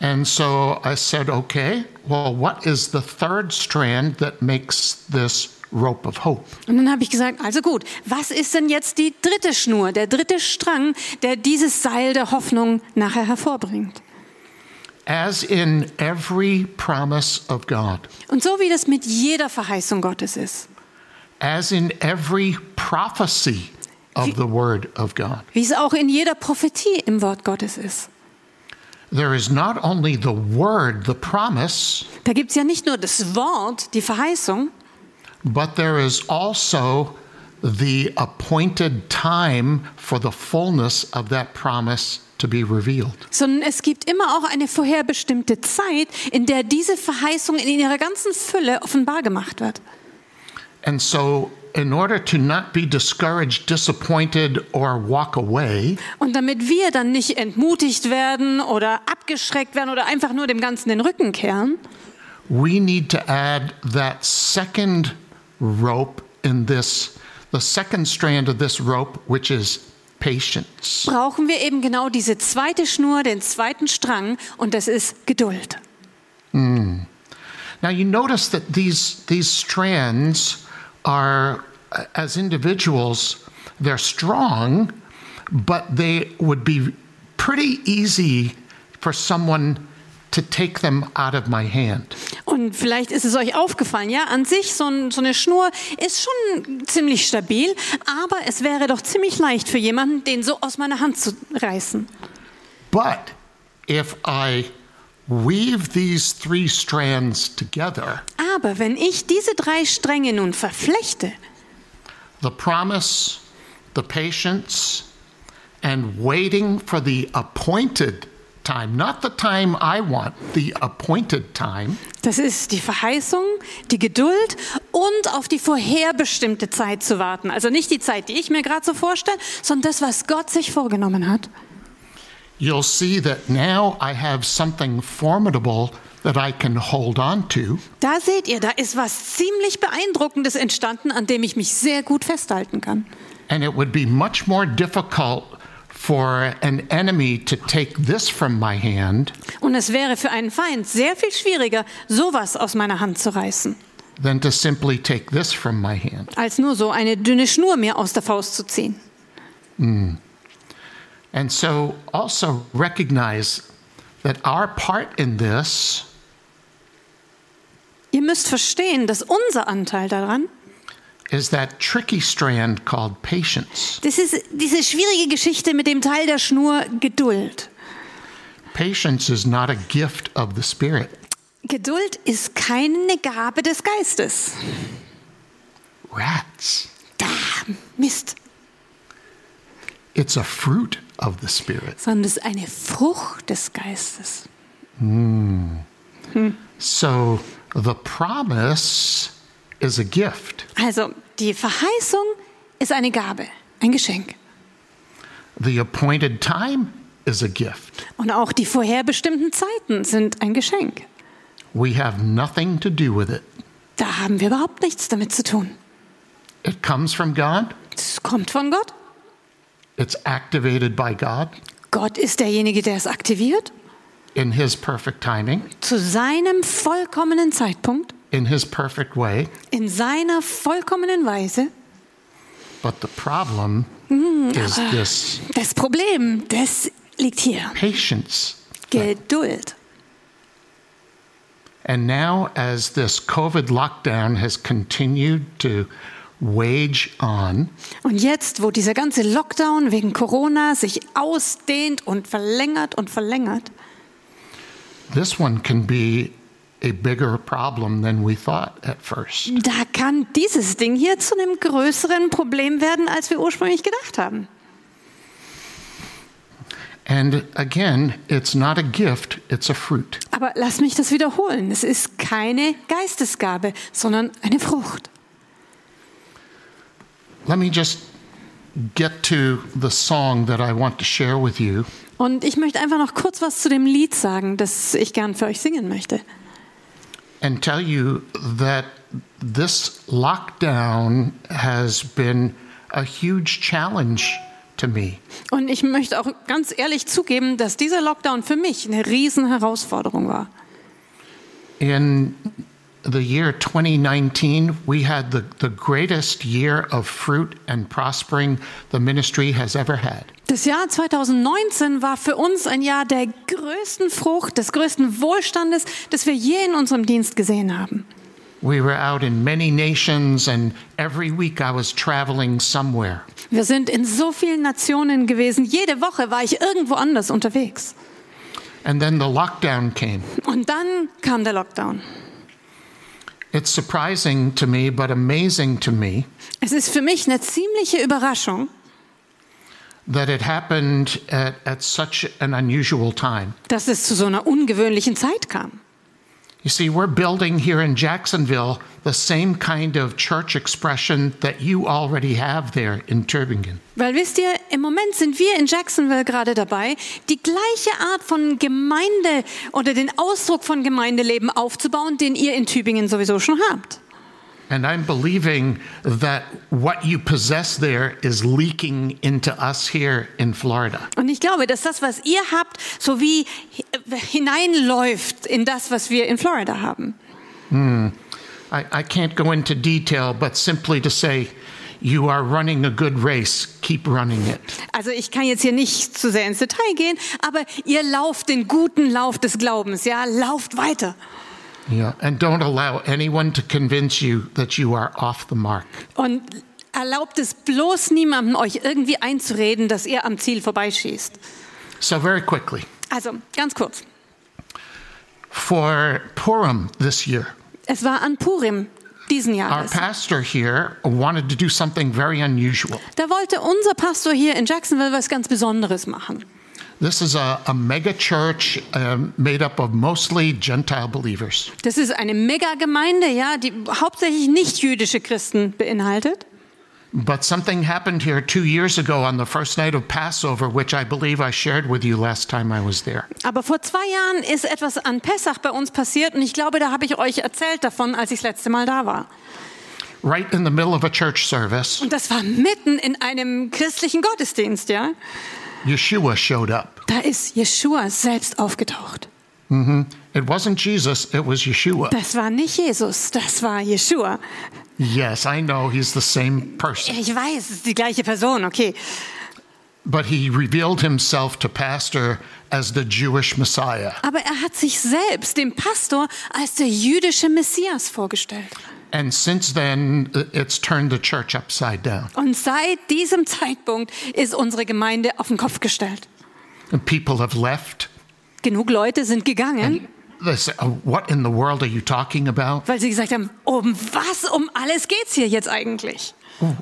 And so I said, Okay, well, what is the third strand that makes this rope of hope? Und dann habe ich gesagt, also gut, was ist denn jetzt die dritte Schnur, der dritte Strang, der dieses Seil der Hoffnung nachher hervorbringt? As in every promise of God, Und so wie das mit jeder Verheißung Gottes ist, as in every prophecy of the Word of God. wie es auch in jeder Prophetie im Wort Gottes ist. There is not only the word, the promise, Da gibt es ja nicht nur das Wort, die Verheißung, but there is also the appointed time for the fullness of that promise to be revealed. sondern es gibt immer auch eine vorherbestimmte Zeit, in der diese Verheißung in ihrer ganzen Fülle offenbar gemacht wird. And so, in order to not be discouraged, disappointed, or walk away, Und damit wir dann nicht entmutigt werden oder abgeschreckt werden oder einfach nur dem Ganzen den Rücken kehren, we need to add that second rope in this, the second strand of this rope, which is patience. brauchen wir eben genau diese zweite Schnur, den zweiten Strang und das ist Geduld. Now you notice that these these strands are uh, as individuals they're strong, but they would be pretty easy for someone to take them out of my hand. Und vielleicht ist es euch aufgefallen, ja, an sich so, ein, so eine Schnur ist schon ziemlich stabil, aber es wäre doch ziemlich leicht für jemanden, den so aus meiner Hand zu reißen. But if I weave these three strands together, Aber wenn ich diese drei Stränge nun verflechte, the promise, the patience, and waiting for the appointed time, not the time I want, the appointed time, das ist die Verheißung, die Geduld und auf die vorherbestimmte Zeit zu warten. Also nicht die Zeit, die ich mir gerade so vorstelle, sondern das, was Gott sich vorgenommen hat. you'll see that now I have something formidable that I can hold on to, Da seht ihr, da ist was ziemlich Beeindruckendes entstanden, an dem ich mich sehr gut festhalten kann. And it would be much more difficult for an enemy to take this from my hand Und es wäre für einen Feind sehr viel schwieriger, sowas aus meiner Hand zu reißen, than to simply take this from my hand. als nur so eine dünne Schnur mir aus der Faust zu ziehen. And so also recognize that our part in this Ihr müsst verstehen, dass unser Anteil daran, is that tricky strand called patience. das ist diese schwierige Geschichte mit dem Teil der Schnur Geduld. Patience is not a gift of the Spirit. Geduld ist keine Gabe des Geistes. Rats. Da, Mist, It's a fruit of the Spirit. sondern es ist eine Frucht des Geistes. So the promise is a gift. Also die Verheißung ist eine Gabe, ein Geschenk. The appointed time is a gift. Und auch die vorherbestimmten Zeiten sind ein Geschenk. We have nothing to do with it. Da haben wir überhaupt nichts damit zu tun. It comes from God. Es kommt von Gott. It's activated by God Gott ist derjenige, der es aktiviert, in his perfect timing, zu seinem vollkommenen Zeitpunkt, in his perfect way. in seiner vollkommenen Weise. But the problem is this Das Problem, das liegt hier. patience. Geduld. And now, as this COVID lockdown has continued to wage on, Und jetzt, wo dieser ganze Lockdown wegen Corona sich ausdehnt und verlängert und verlängert, this one can be a bigger problem than we thought at first. da kann dieses Ding hier zu einem größeren Problem werden, als wir ursprünglich gedacht haben. And again, it's not a gift, it's a fruit. Aber lass mich das wiederholen. Es ist keine Geistesgabe, sondern eine Frucht. Let me just get to the song that I want to share with you. Und ich möchte einfach noch kurz was zu dem Lied sagen, das ich gern für euch singen möchte. and tell you that this lockdown has been a huge challenge to me. Und ich möchte auch ganz ehrlich zugeben, dass dieser Lockdown für mich eine Riesenherausforderung war. In the year 2019, we had the, the greatest year of fruit and prospering the ministry has ever had. Das Jahr 2019 war für uns ein Jahr der größten Frucht, des größten Wohlstandes, das wir je in unserem Dienst gesehen haben. We were out in many nations, and every week I was traveling somewhere. Wir sind in so vielen Nationen gewesen. Jede Woche war ich irgendwo anders unterwegs. And then the lockdown came. Und dann kam der Lockdown. It's surprising to me, but amazing to me, Es ist für mich eine ziemliche Überraschung, that it happened at, at such an unusual time. dass es zu so einer ungewöhnlichen Zeit kam. You see, we're building here in Jacksonville the same kind of church expression that you already have there in Tübingen. Weil wisst ihr, im Moment sind wir in Jacksonville gerade dabei, die gleiche Art von Gemeinde oder den Ausdruck von Gemeindeleben aufzubauen, den ihr in Tübingen sowieso schon habt. And I'm believing that what you possess there is leaking into us here in Florida. Und ich glaube, dass das, was ihr habt, so wie hineinläuft in das, was wir in Florida haben. I, I can't go into detail, but simply to say, you are running a good race, keep running it. Also ich kann jetzt hier nicht zu sehr ins Detail gehen, aber ihr lauft den guten Lauf des Glaubens, ja, lauft weiter. Yeah. And don't allow anyone to convince you that you are off the mark. Und erlaubt es bloß niemandem, euch irgendwie einzureden, dass ihr am Ziel vorbeischießt. So, very quickly, Also ganz kurz. for Purim this year, Es war an Purim diesen Our Jahres. pastor here wanted to do something very unusual. Da wollte unser Pastor hier in Jacksonville was ganz Besonderes machen. This is a, a mega church um, made up of mostly Gentile believers. Das ist eine Megagemeinde, ja, die hauptsächlich nicht jüdische Christen beinhaltet. But something happened here two years ago on the first night of Passover, which I believe I shared with you last time I was there. Aber vor zwei Jahren ist etwas an Pessach bei uns passiert und ich glaube, da habe ich euch erzählt davon, als ich das letzte Mal da war. right in the middle of a church service, Und das war mitten in einem christlichen Gottesdienst, ja? Yeshua showed up. Da ist Jeschua selbst aufgetaucht. It wasn't Jesus, it was Yeshua. Das war nicht Jesus, das war Jeschua. Yes, I know he's the same person. Ich weiß, es ist die gleiche Person, okay. But he revealed himself to Pastor as the Jewish Messiah. Aber er hat sich selbst, dem Pastor, als der jüdische Messias vorgestellt. And since then, i- it's turned the church upside down. Und seit diesem Zeitpunkt ist unsere Gemeinde auf den Kopf gestellt. And people have left. Genug Leute sind gegangen, They say, "Oh, What in the world are you talking about? weil sie gesagt haben, um was um alles geht's hier jetzt eigentlich?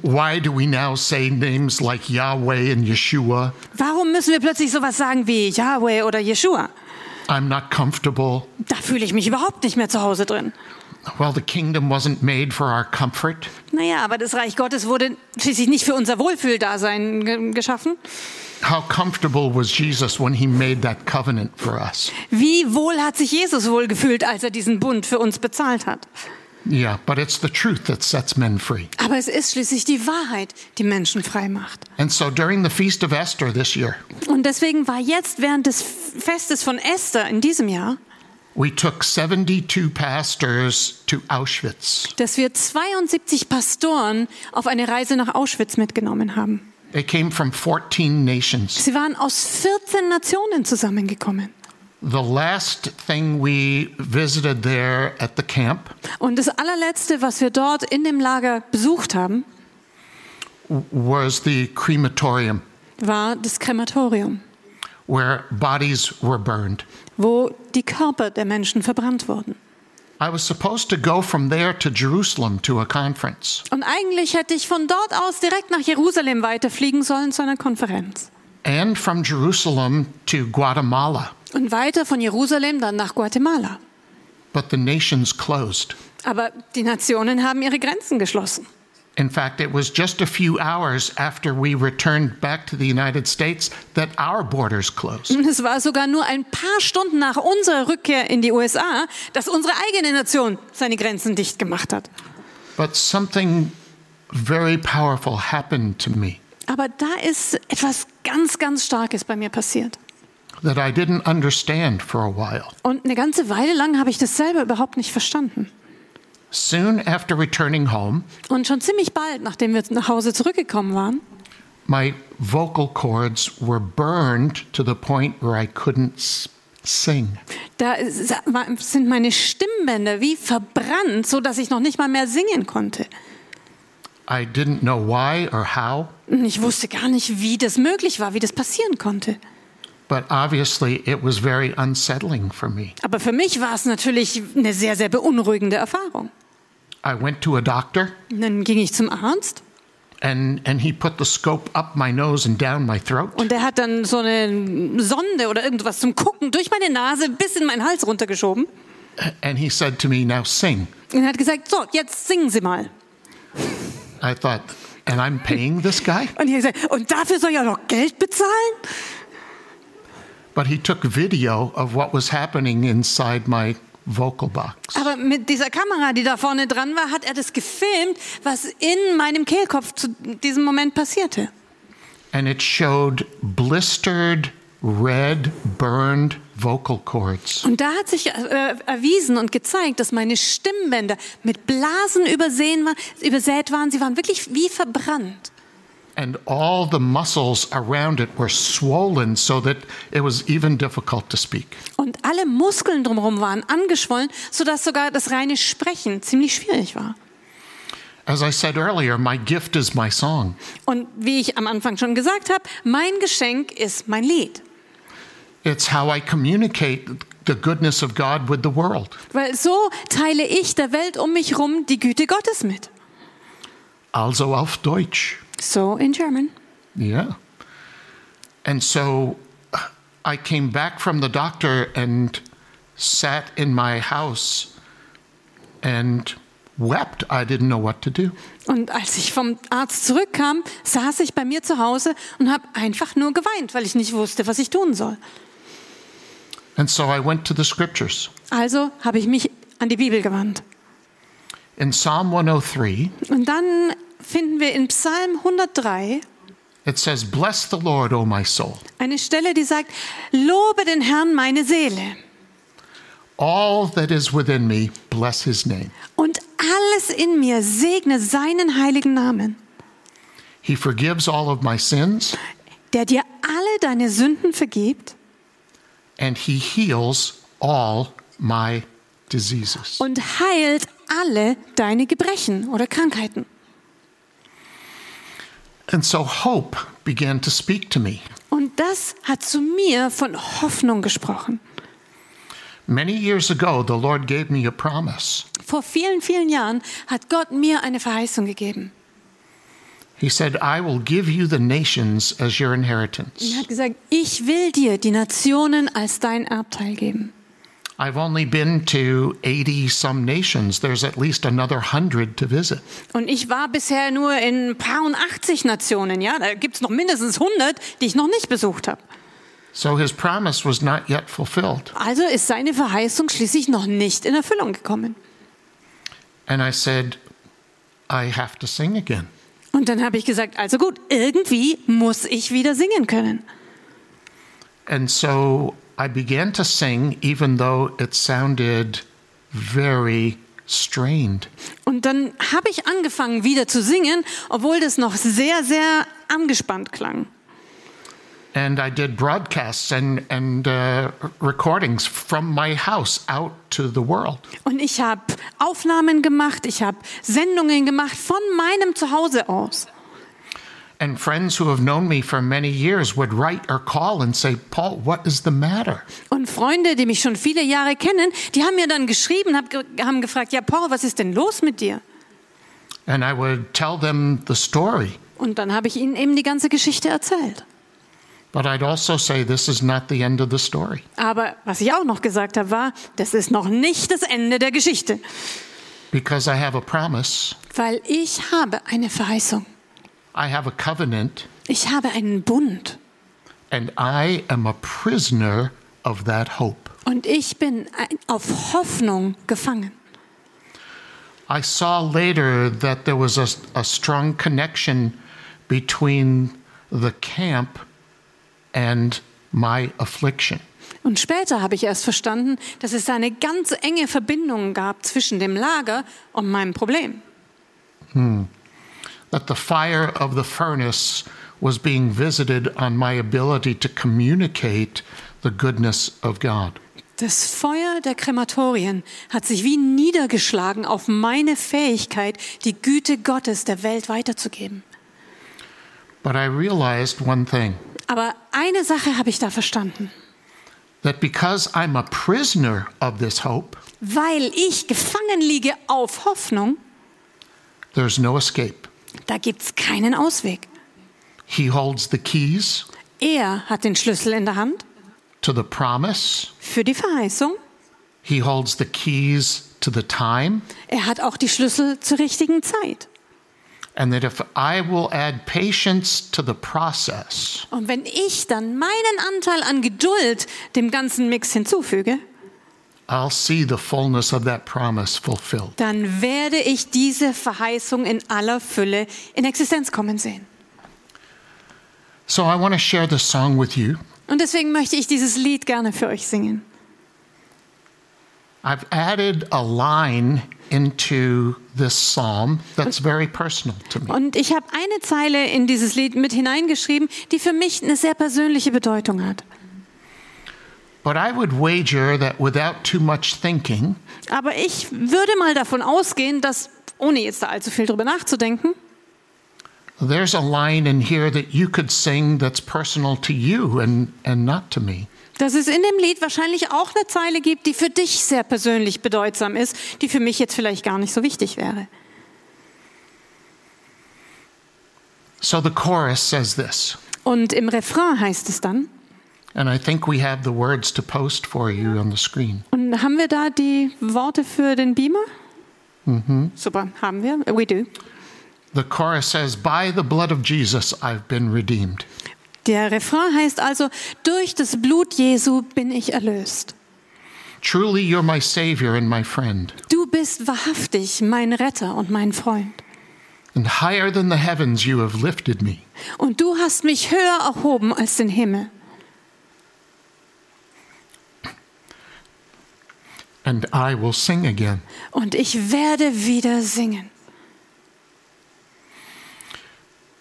Why do we now say names like Yahweh and Yeshua? Warum müssen wir plötzlich sowas sagen wie Yahweh oder Jeschua? I'm not comfortable. Da fühle ich mich überhaupt nicht mehr zu Hause drin. Well, the kingdom wasn't made for our comfort. Naja, aber das Reich Gottes wurde schließlich nicht für unser Wohlfühldasein ge- geschaffen. How comfortable was Jesus when he made that covenant for us? Wie wohl hat sich Jesus wohl gefühlt, als er diesen Bund für uns bezahlt hat? Yeah, but it's the truth that sets men free. Aber es ist schließlich die Wahrheit, die Menschen frei macht. And so during the Feast of Esther this year, Und deswegen war jetzt während des Festes von Esther in diesem Jahr, we took 72 pastors to Auschwitz. dass wir 72 Pastoren auf eine Reise nach Auschwitz mitgenommen haben. They came from 14 nations. Sie waren aus 14 Nationen zusammengekommen. The last thing we visited there at the camp Und das allerletzte, was wir dort in dem Lager besucht haben, was the crematorium war das Krematorium, where bodies were burned. wo die Körper der Menschen verbrannt wurden. I was supposed to go from there to Jerusalem to a conference, Und eigentlich hätte ich von dort aus direkt nach Jerusalem weiterfliegen sollen zu einer Konferenz. and from Jerusalem to Guatemala, Und weiter von Jerusalem dann nach Guatemala. but the nations closed. Aber die Nationen haben ihre Grenzen geschlossen. In fact, it was just a few hours after we returned back to the United States that our borders closed. Und es war sogar nur ein paar Stunden nach unserer Rückkehr in die USA, dass unsere eigene Nation seine Grenzen dicht gemacht hat. But something very powerful happened to me Aber da ist etwas ganz, ganz Starkes bei mir passiert. that I didn't understand for a while. Und eine ganze Weile lang habe ich das selber überhaupt nicht verstanden. Soon after returning home, Und schon ziemlich bald, nachdem wir nach Hause zurückgekommen waren, my vocal cords were burned to the point where I couldn't s- sing. da ist- sind meine Stimmbänder wie verbrannt, so dass ich noch nicht mal mehr singen konnte. I didn't know why or how, Und ich wusste gar nicht, wie das möglich war, wie das passieren konnte. but obviously it was very unsettling for me. Aber für mich war es natürlich eine sehr, sehr beunruhigende Erfahrung. I went to a doctor. Und dann ging ich zum Arzt and and he put the scope up my nose and down my throat und der hat dann so eine Sonde oder irgendwas zum Gucken durch meine Nase bis in meinen Hals runtergeschoben and he said to me now sing und hat gesagt, so, jetzt singen Sie mal. i thought and i'm paying this guy Und ich habe gesagt, und dafür soll ich auch noch Geld bezahlen? but he took video of what was happening inside my vocal box Aber mit dieser Kamera, die da vorne dran war, hat er das gefilmt, was in meinem Kehlkopf zu diesem Moment passierte. and it showed blistered red burned vocal cords Und da hat sich äh, erwiesen und gezeigt, dass meine Stimmbänder mit Blasen übersehen waren, übersät waren. Sie waren wirklich wie verbrannt. and all the muscles around it were swollen so that it was even difficult to speak Und alle Muskeln drumherum waren angeschwollen, sodass sogar das reine Sprechen ziemlich schwierig war. as i said earlier my gift is my song Und wie ich am Anfang schon gesagt habe, mein Geschenk ist mein Lied. It's how I communicate the goodness of God with the world. Weil so teile ich der Welt um mich rum die Güte Gottes mit. Also auf Deutsch. So in German. Yeah. And so I came back from the doctor and sat in my house and wept. I didn't know what to do. Und als ich vom Arzt zurückkam, saß ich bei mir zu Hause und habe einfach nur geweint, weil ich nicht wusste, was ich tun soll. And so I went to the scriptures Also habe ich mich an die Bibel gewandt. in Psalm 103, Und dann finden wir in Psalm 103 it says, Bless the Lord, O my soul. eine Stelle, die sagt, Lobe den Herrn meine Seele All that is within me, bless his name. und alles in mir segne seinen heiligen Namen, He forgives all of my sins der dir alle deine Sünden vergibt and he heals all my diseases. und heilt alle deine Gebrechen oder Krankheiten. And so hope began to speak to me. Und das hat zu mir von Hoffnung gesprochen. Many years ago, the Lord gave me a promise. Vor vielen, vielen Jahren hat Gott mir eine Verheißung gegeben. He said, I will give you the nations as your Er inheritance. hat gesagt, ich will dir die Nationen als dein Erbteil geben. I've only been to 80 some nations. There's at least another 100 to visit. Und ich war bisher nur in ein paar und 80 Nationen, ja, da gibt es noch mindestens 100, die ich noch nicht besucht habe. So his promise was not yet fulfilled. Also ist seine Verheißung schließlich noch nicht in Erfüllung gekommen. And I said, I have to sing again. Und dann habe ich gesagt, also gut, irgendwie muss ich wieder singen können. And so I began to sing, even though it sounded very strained. Und dann habe ich angefangen wieder zu singen, obwohl das noch sehr, sehr angespannt klang. And I did broadcasts and, and uh, recordings from my house out to the world. Und ich habe Aufnahmen gemacht, ich habe Sendungen gemacht von meinem Zuhause aus. And friends who have known me for many years would write or call and say, Paul, what is the matter? Und Freunde, die mich schon viele Jahre kennen, die haben mir dann geschrieben, hab, ge- haben gefragt, ja Paul, was ist denn los mit dir? And I would tell them the story. Und dann habe ich ihnen eben die ganze Geschichte erzählt. But I'd also say, this is not the end of the story. Aber was ich auch noch gesagt habe, war, das ist noch nicht das Ende der Geschichte, Because I have a promise, weil ich habe eine Verheißung. I have a covenant, Ich habe einen Bund and I am a prisoner of that hope. und ich bin ein- auf Hoffnung gefangen. I saw later that there was a, a strong connection between the camp and my affliction. Und später habe ich erst verstanden, dass es da eine ganz enge Verbindung gab zwischen dem Lager und meinem Problem. That the fire of the furnace was being visited on my ability to communicate the goodness of God. Das Feuer der Krematorien hat sich wie niedergeschlagen auf meine Fähigkeit, die Güte Gottes der Welt weiterzugeben. But I realized one thing Aber eine Sache habe ich da verstanden. that because I'm a prisoner of this hope, Weil ich gefangen liege auf Hoffnung, there's no escape. da gibt's keinen Ausweg. He holds the keys Er hat den Schlüssel in der Hand to the promise, für die Verheißung. He holds the keys to the time. Er hat auch die Schlüssel zur richtigen Zeit. And that if I will add patience to the process, Und wenn ich dann meinen Anteil an Geduld dem ganzen Mix hinzufüge, I'll see the fullness of that promise fulfilled. dann werde ich diese Verheißung in aller Fülle in Existenz kommen sehen. So I want to share this song with you. Und deswegen möchte ich dieses Lied gerne für euch singen. I've added a line into this psalm that's very personal to me. Und ich habe eine Zeile in dieses Lied mit hineingeschrieben, die für mich eine sehr persönliche Bedeutung hat. But I would wager that without too much thinking, Aber ich würde mal davon ausgehen, dass, ohne jetzt da allzu viel drüber nachzudenken, there's a line in here that you could sing that's personal to you and, and not to me. dass es in dem Lied wahrscheinlich auch eine Zeile gibt, die für dich sehr persönlich bedeutsam ist, die für mich jetzt vielleicht gar nicht so wichtig wäre. So the chorus says this. Und im Refrain heißt es dann, And I think we have the words to post for you on the screen. Und haben wir da die Worte für den Beamer? Super, haben wir. We do. The chorus says, By the blood of Jesus, I've been redeemed. Der Refrain heißt also, durch das Blut Jesu bin ich erlöst. Truly, you're my Savior and my friend. Du bist wahrhaftig mein Retter und mein Freund. And higher than the heavens, you have lifted me. Und du hast mich höher erhoben als den Himmel. And I will sing again. Und ich werde wieder singen.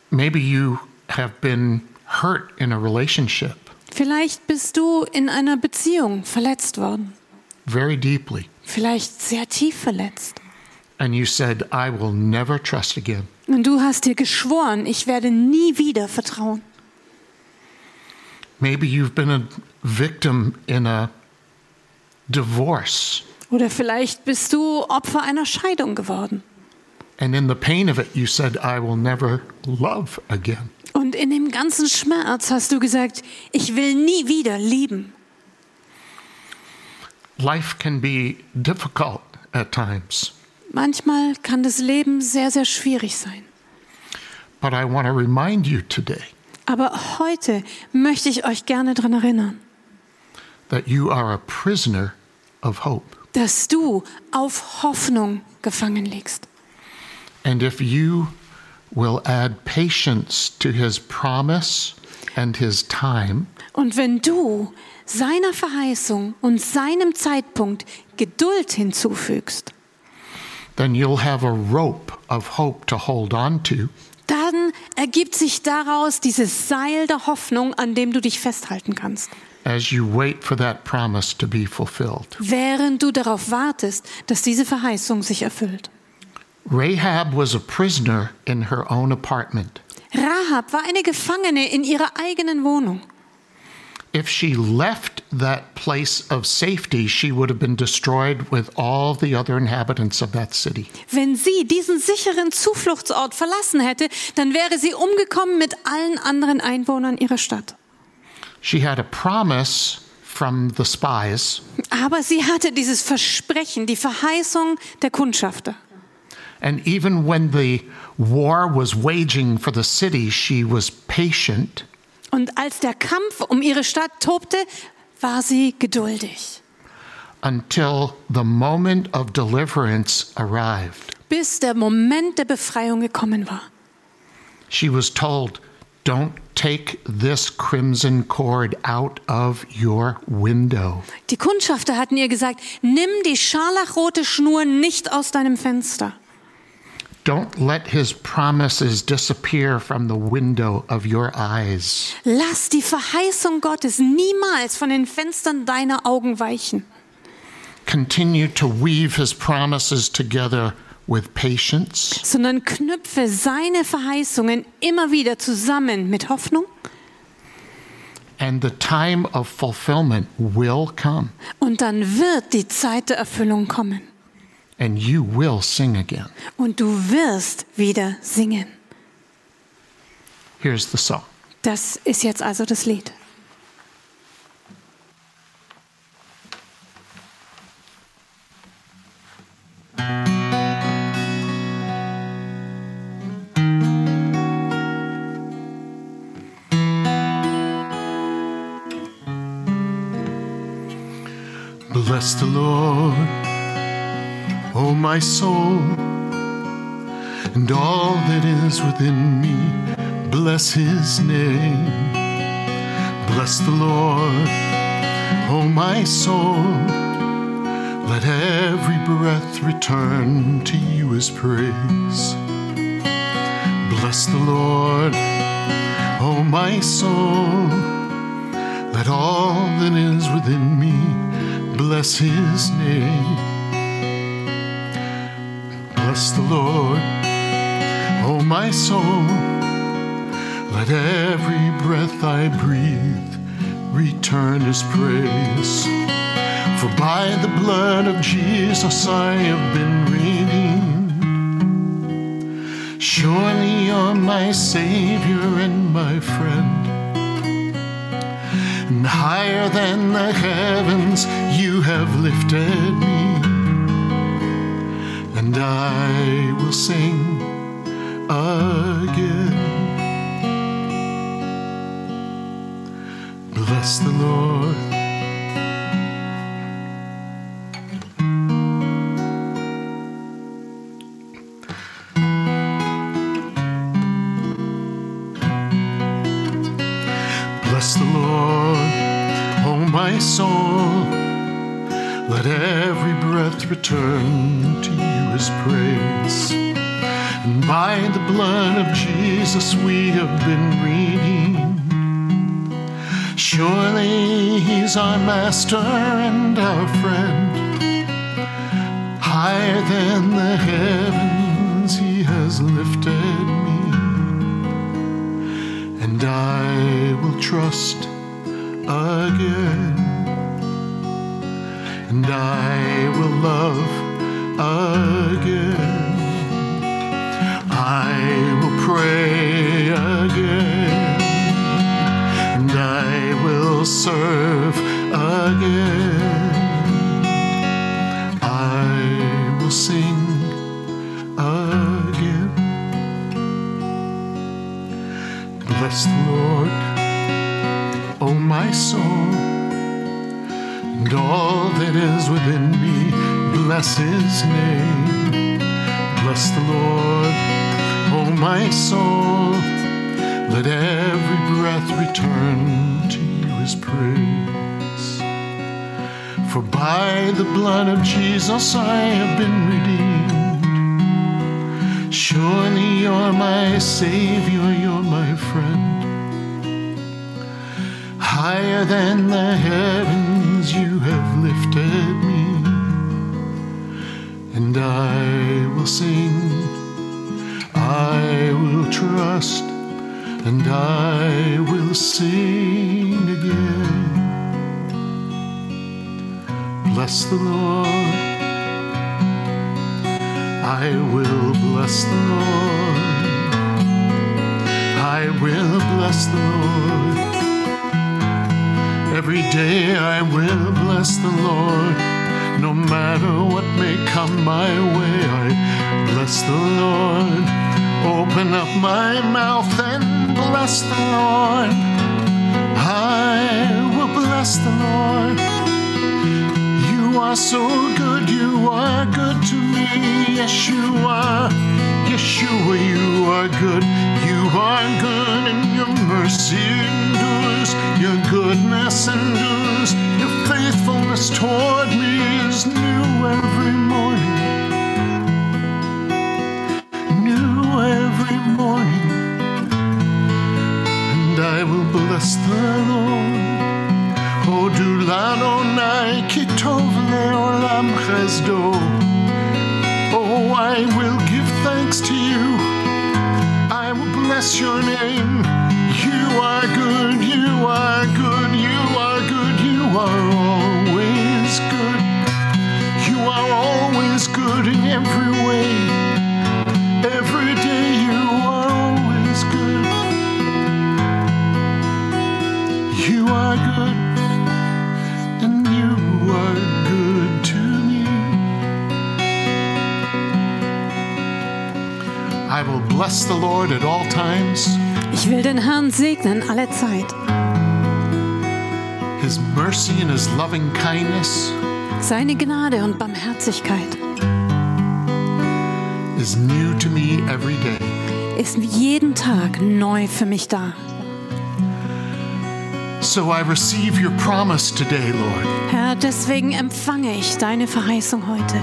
Maybe you have been hurt in a relationship Vielleicht bist du in einer Beziehung verletzt worden. very deeply, Vielleicht sehr tief verletzt. and you said, I will never trust again. Und du hast dir geschworen, ich werde nie wieder vertrauen. Maybe you've been a victim in a divorce, Oder vielleicht bist du Opfer einer Scheidung geworden. and in the pain of it, you said, I will never love again. Und in dem ganzen Schmerz hast du gesagt, ich will nie wieder lieben. Life can be difficult at times, Manchmal kann das Leben sehr, sehr schwierig sein. but I want to remind you today Aber heute möchte ich euch gerne daran erinnern, that you are a prisoner of hope. dass du auf Hoffnung gefangen liegst. And if you will add patience to his promise and his time, Und wenn du seiner Verheißung und seinem Zeitpunkt Geduld hinzufügst, then you'll have a rope of hope to hold on to dann ergibt sich daraus dieses Seil der Hoffnung, an dem du dich festhalten kannst, as you wait for that promise to be fulfilled. während du darauf wartest, dass diese Verheißung sich erfüllt. Rahab was a prisoner in her own apartment. Rahab war eine Gefangene in ihrer eigenen Wohnung. If she left that place of safety, she would have been destroyed with all the other inhabitants of that city. Wenn sie diesen sicheren Zufluchtsort verlassen hätte, dann wäre sie umgekommen mit allen anderen Einwohnern ihrer Stadt. She had a promise from the spies Aber sie hatte dieses Versprechen, die Verheißung der Kundschafter. And even when the war was waging for the city, she was patient Und als der Kampf um ihre Stadt tobte, war sie geduldig, until the moment of deliverance arrived. bis der Moment der Befreiung gekommen war. She was told, Don't take this crimson cord out of your window. Die Kundschafter hatten ihr gesagt, nimm die scharlachrote Schnur nicht aus deinem Fenster. Don't let his promises disappear from the window of your eyes. Lass die Verheißung Gottes niemals von den Fenstern deiner Augen weichen. Continue to weave his promises together with patience, sondern knüpfe seine Verheißungen immer wieder zusammen mit Hoffnung and the time of fulfillment will come. und dann wird die Zeit der Erfüllung kommen and you will sing again. und du wirst wieder singen. Here's the song. Das ist jetzt also das Lied. Bless the Lord, O my soul, and all that is within me. Bless his name. Bless the Lord, O my soul. Let every breath return to you his praise. Bless the Lord, O my soul. Let all that is within me bless his name. Bless the Lord, O my soul. Let every breath I breathe return his praise. For by the blood of Jesus I have been redeemed. Surely you're my Savior and my friend and higher than the heavens you have lifted me. And I will sing again. Bless the Lord. soul. Let every breath return to you his praise. And by the blood of Jesus we have been redeemed. Surely he's our master and our friend. Higher than the heavens he has lifted me. And I will trust again. And I will love again. I will pray again. And I will serve again. I will sing again. Bless the Lord, O my soul and all that is within me, bless his name. Bless the Lord, O my soul, let every breath return to you his praise. For by the blood of Jesus I have been redeemed. Surely you're my Savior, you're my friend. Higher than the heavens you have lifted me, and I will sing, I will trust, and I will sing again. Bless the Lord, I will bless the Lord, I will bless the Lord. Every day I will bless the Lord. No matter what may come my way, I bless the Lord. Open up my mouth and bless the Lord. I will bless the Lord. You are so good, you are good to me. Yes, you are. Yeshua, you are good. You are good, and your mercy endures. Your goodness endures. Your faithfulness toward me is new every morning. New every morning. And I will bless the Lord. Odulano ki tovle olam chesdo. Oh, I will give thanks to you. I will bless your name. You are good, you are good, you are good, you are always good. You are always good in every way. Every day you are always good. You are good, and you are good to me. I will bless the Lord at all times. Ich will den Herrn segnen alle Zeit. His mercy and his loving kindness Seine Gnade und Barmherzigkeit is new to me every day. ist jeden Tag neu für mich da. So I receive your promise today, Lord, Herr, deswegen empfange ich deine Verheißung heute.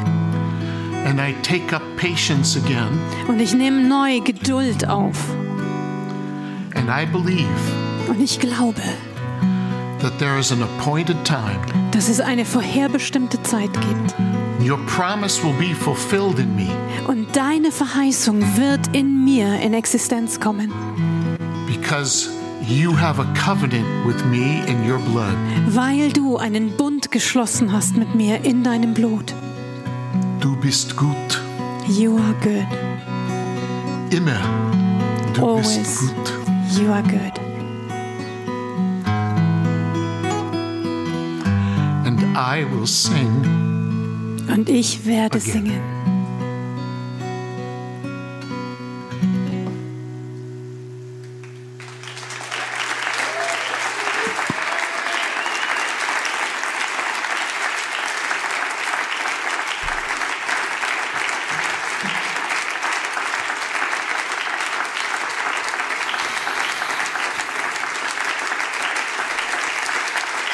and I take up patience again, Und ich nehme neu Geduld auf. and I believe Und ich glaube, that there is an appointed time. dass es eine vorherbestimmte Zeit gibt. Your promise will be fulfilled in me Und deine Verheißung wird in mir in Existenz kommen, because you have a covenant with me in your blood. weil du einen Bund geschlossen hast mit mir in deinem Blut. Du bist gut, You are good. immer. Du bist Always. gut. You are good. And I will sing. Und ich werde Again. singen.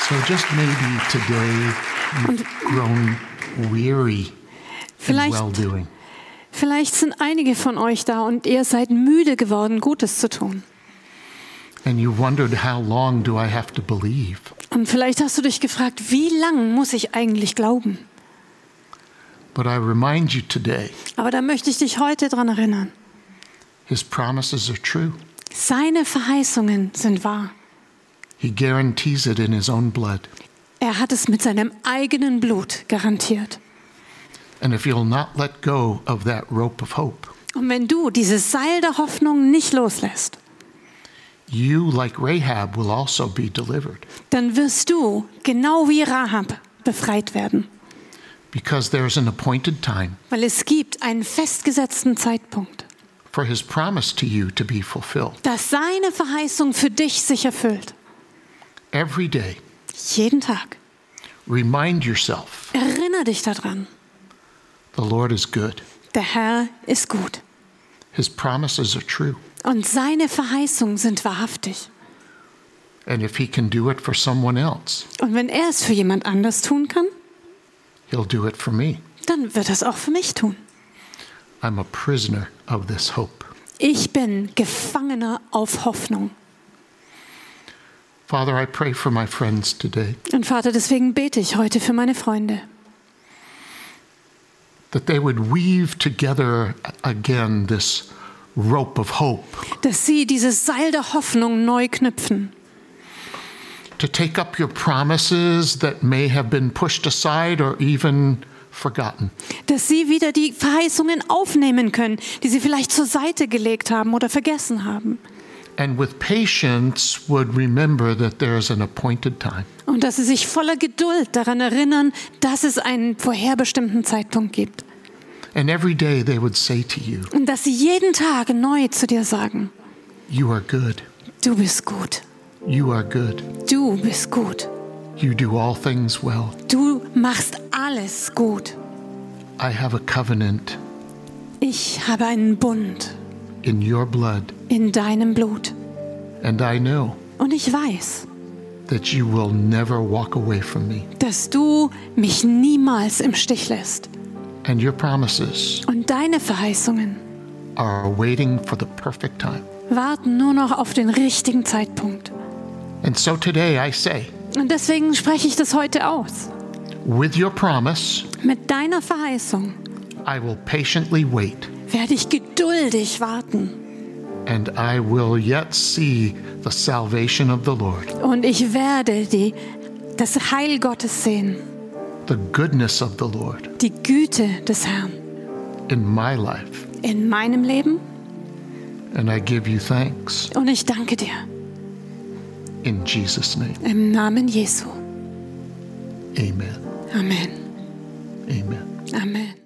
So just maybe today you've grown weary in Vielleicht- well doing. Vielleicht sind einige von euch da und ihr seid müde geworden, Gutes zu tun. And you wondered, how long do I have to believe? Und Ähm, vielleicht hast du dich gefragt, wie lang muss ich eigentlich glauben? But I remind you today, Aber da möchte ich dich heute dran erinnern. his promises are true. Seine Verheißungen sind wahr. He guarantees it in his own blood. Er hat es mit seinem eigenen Blut garantiert. And if you'll not let go of that rope of hope, Und wenn du dieses Seil der Hoffnung nicht loslässt, you, like Rahab, will also be delivered dann wirst du, genau wie Rahab, befreit werden. because there's an appointed time Weil es gibt einen festgesetzten Zeitpunkt, for his promise to you to be fulfilled. dass seine Verheißung für dich sich erfüllt. Every day, Jeden Tag. remind yourself Erinnere dich daran. the Lord is good, Der Herr ist gut. his promises are true. Und seine Verheißungen sind wahrhaftig. And if he can do it for someone else, Und wenn er es für jemand anders tun kann, he'll do it for me. dann wird er es auch für mich tun. I'm a prisoner of this hope. Ich bin Gefangener auf Hoffnung. Father, I pray for my friends today Und Vater, deswegen bete ich heute für meine Freunde, that they would weave together again this rope of hope dass sie dieses Seil der Hoffnung neu knüpfen, to take up your promises that may have been pushed aside or even forgotten, dass sie wieder die Verheißungen aufnehmen können, die sie vielleicht zur Seite gelegt haben oder vergessen haben. and with patience would remember that there is an appointed time Und dass sie sich voller Geduld daran erinnern, dass es einen vorherbestimmten Zeitpunkt gibt. And every day they would say to you, Und dass sie jeden Tag neu zu dir sagen, You are good. du bist gut, You are good. du bist gut, You do all things well. du machst alles gut. I have a covenant Ich habe einen Bund in your blood, in deinem Blut. and I know Und ich weiß, that you will never walk away from me. dass du mich niemals im Stich lässt. And your promises Und deine Verheißungen are waiting for the perfect time. warten nur noch auf den richtigen Zeitpunkt. And so today I say, Und deswegen spreche ich das heute aus. with your promise, Mit deiner Verheißung I will patiently wait, werde ich geduldig warten. and I will yet see the salvation of the Lord, Und ich werde die, das Heil Gottes sehen, the goodness of the Lord die Güte des Herrn in my life. in meinem Leben. And I give you thanks Und ich danke dir in Jesus' name. im Namen Jesu. Amen. Amen. Amen. Amen.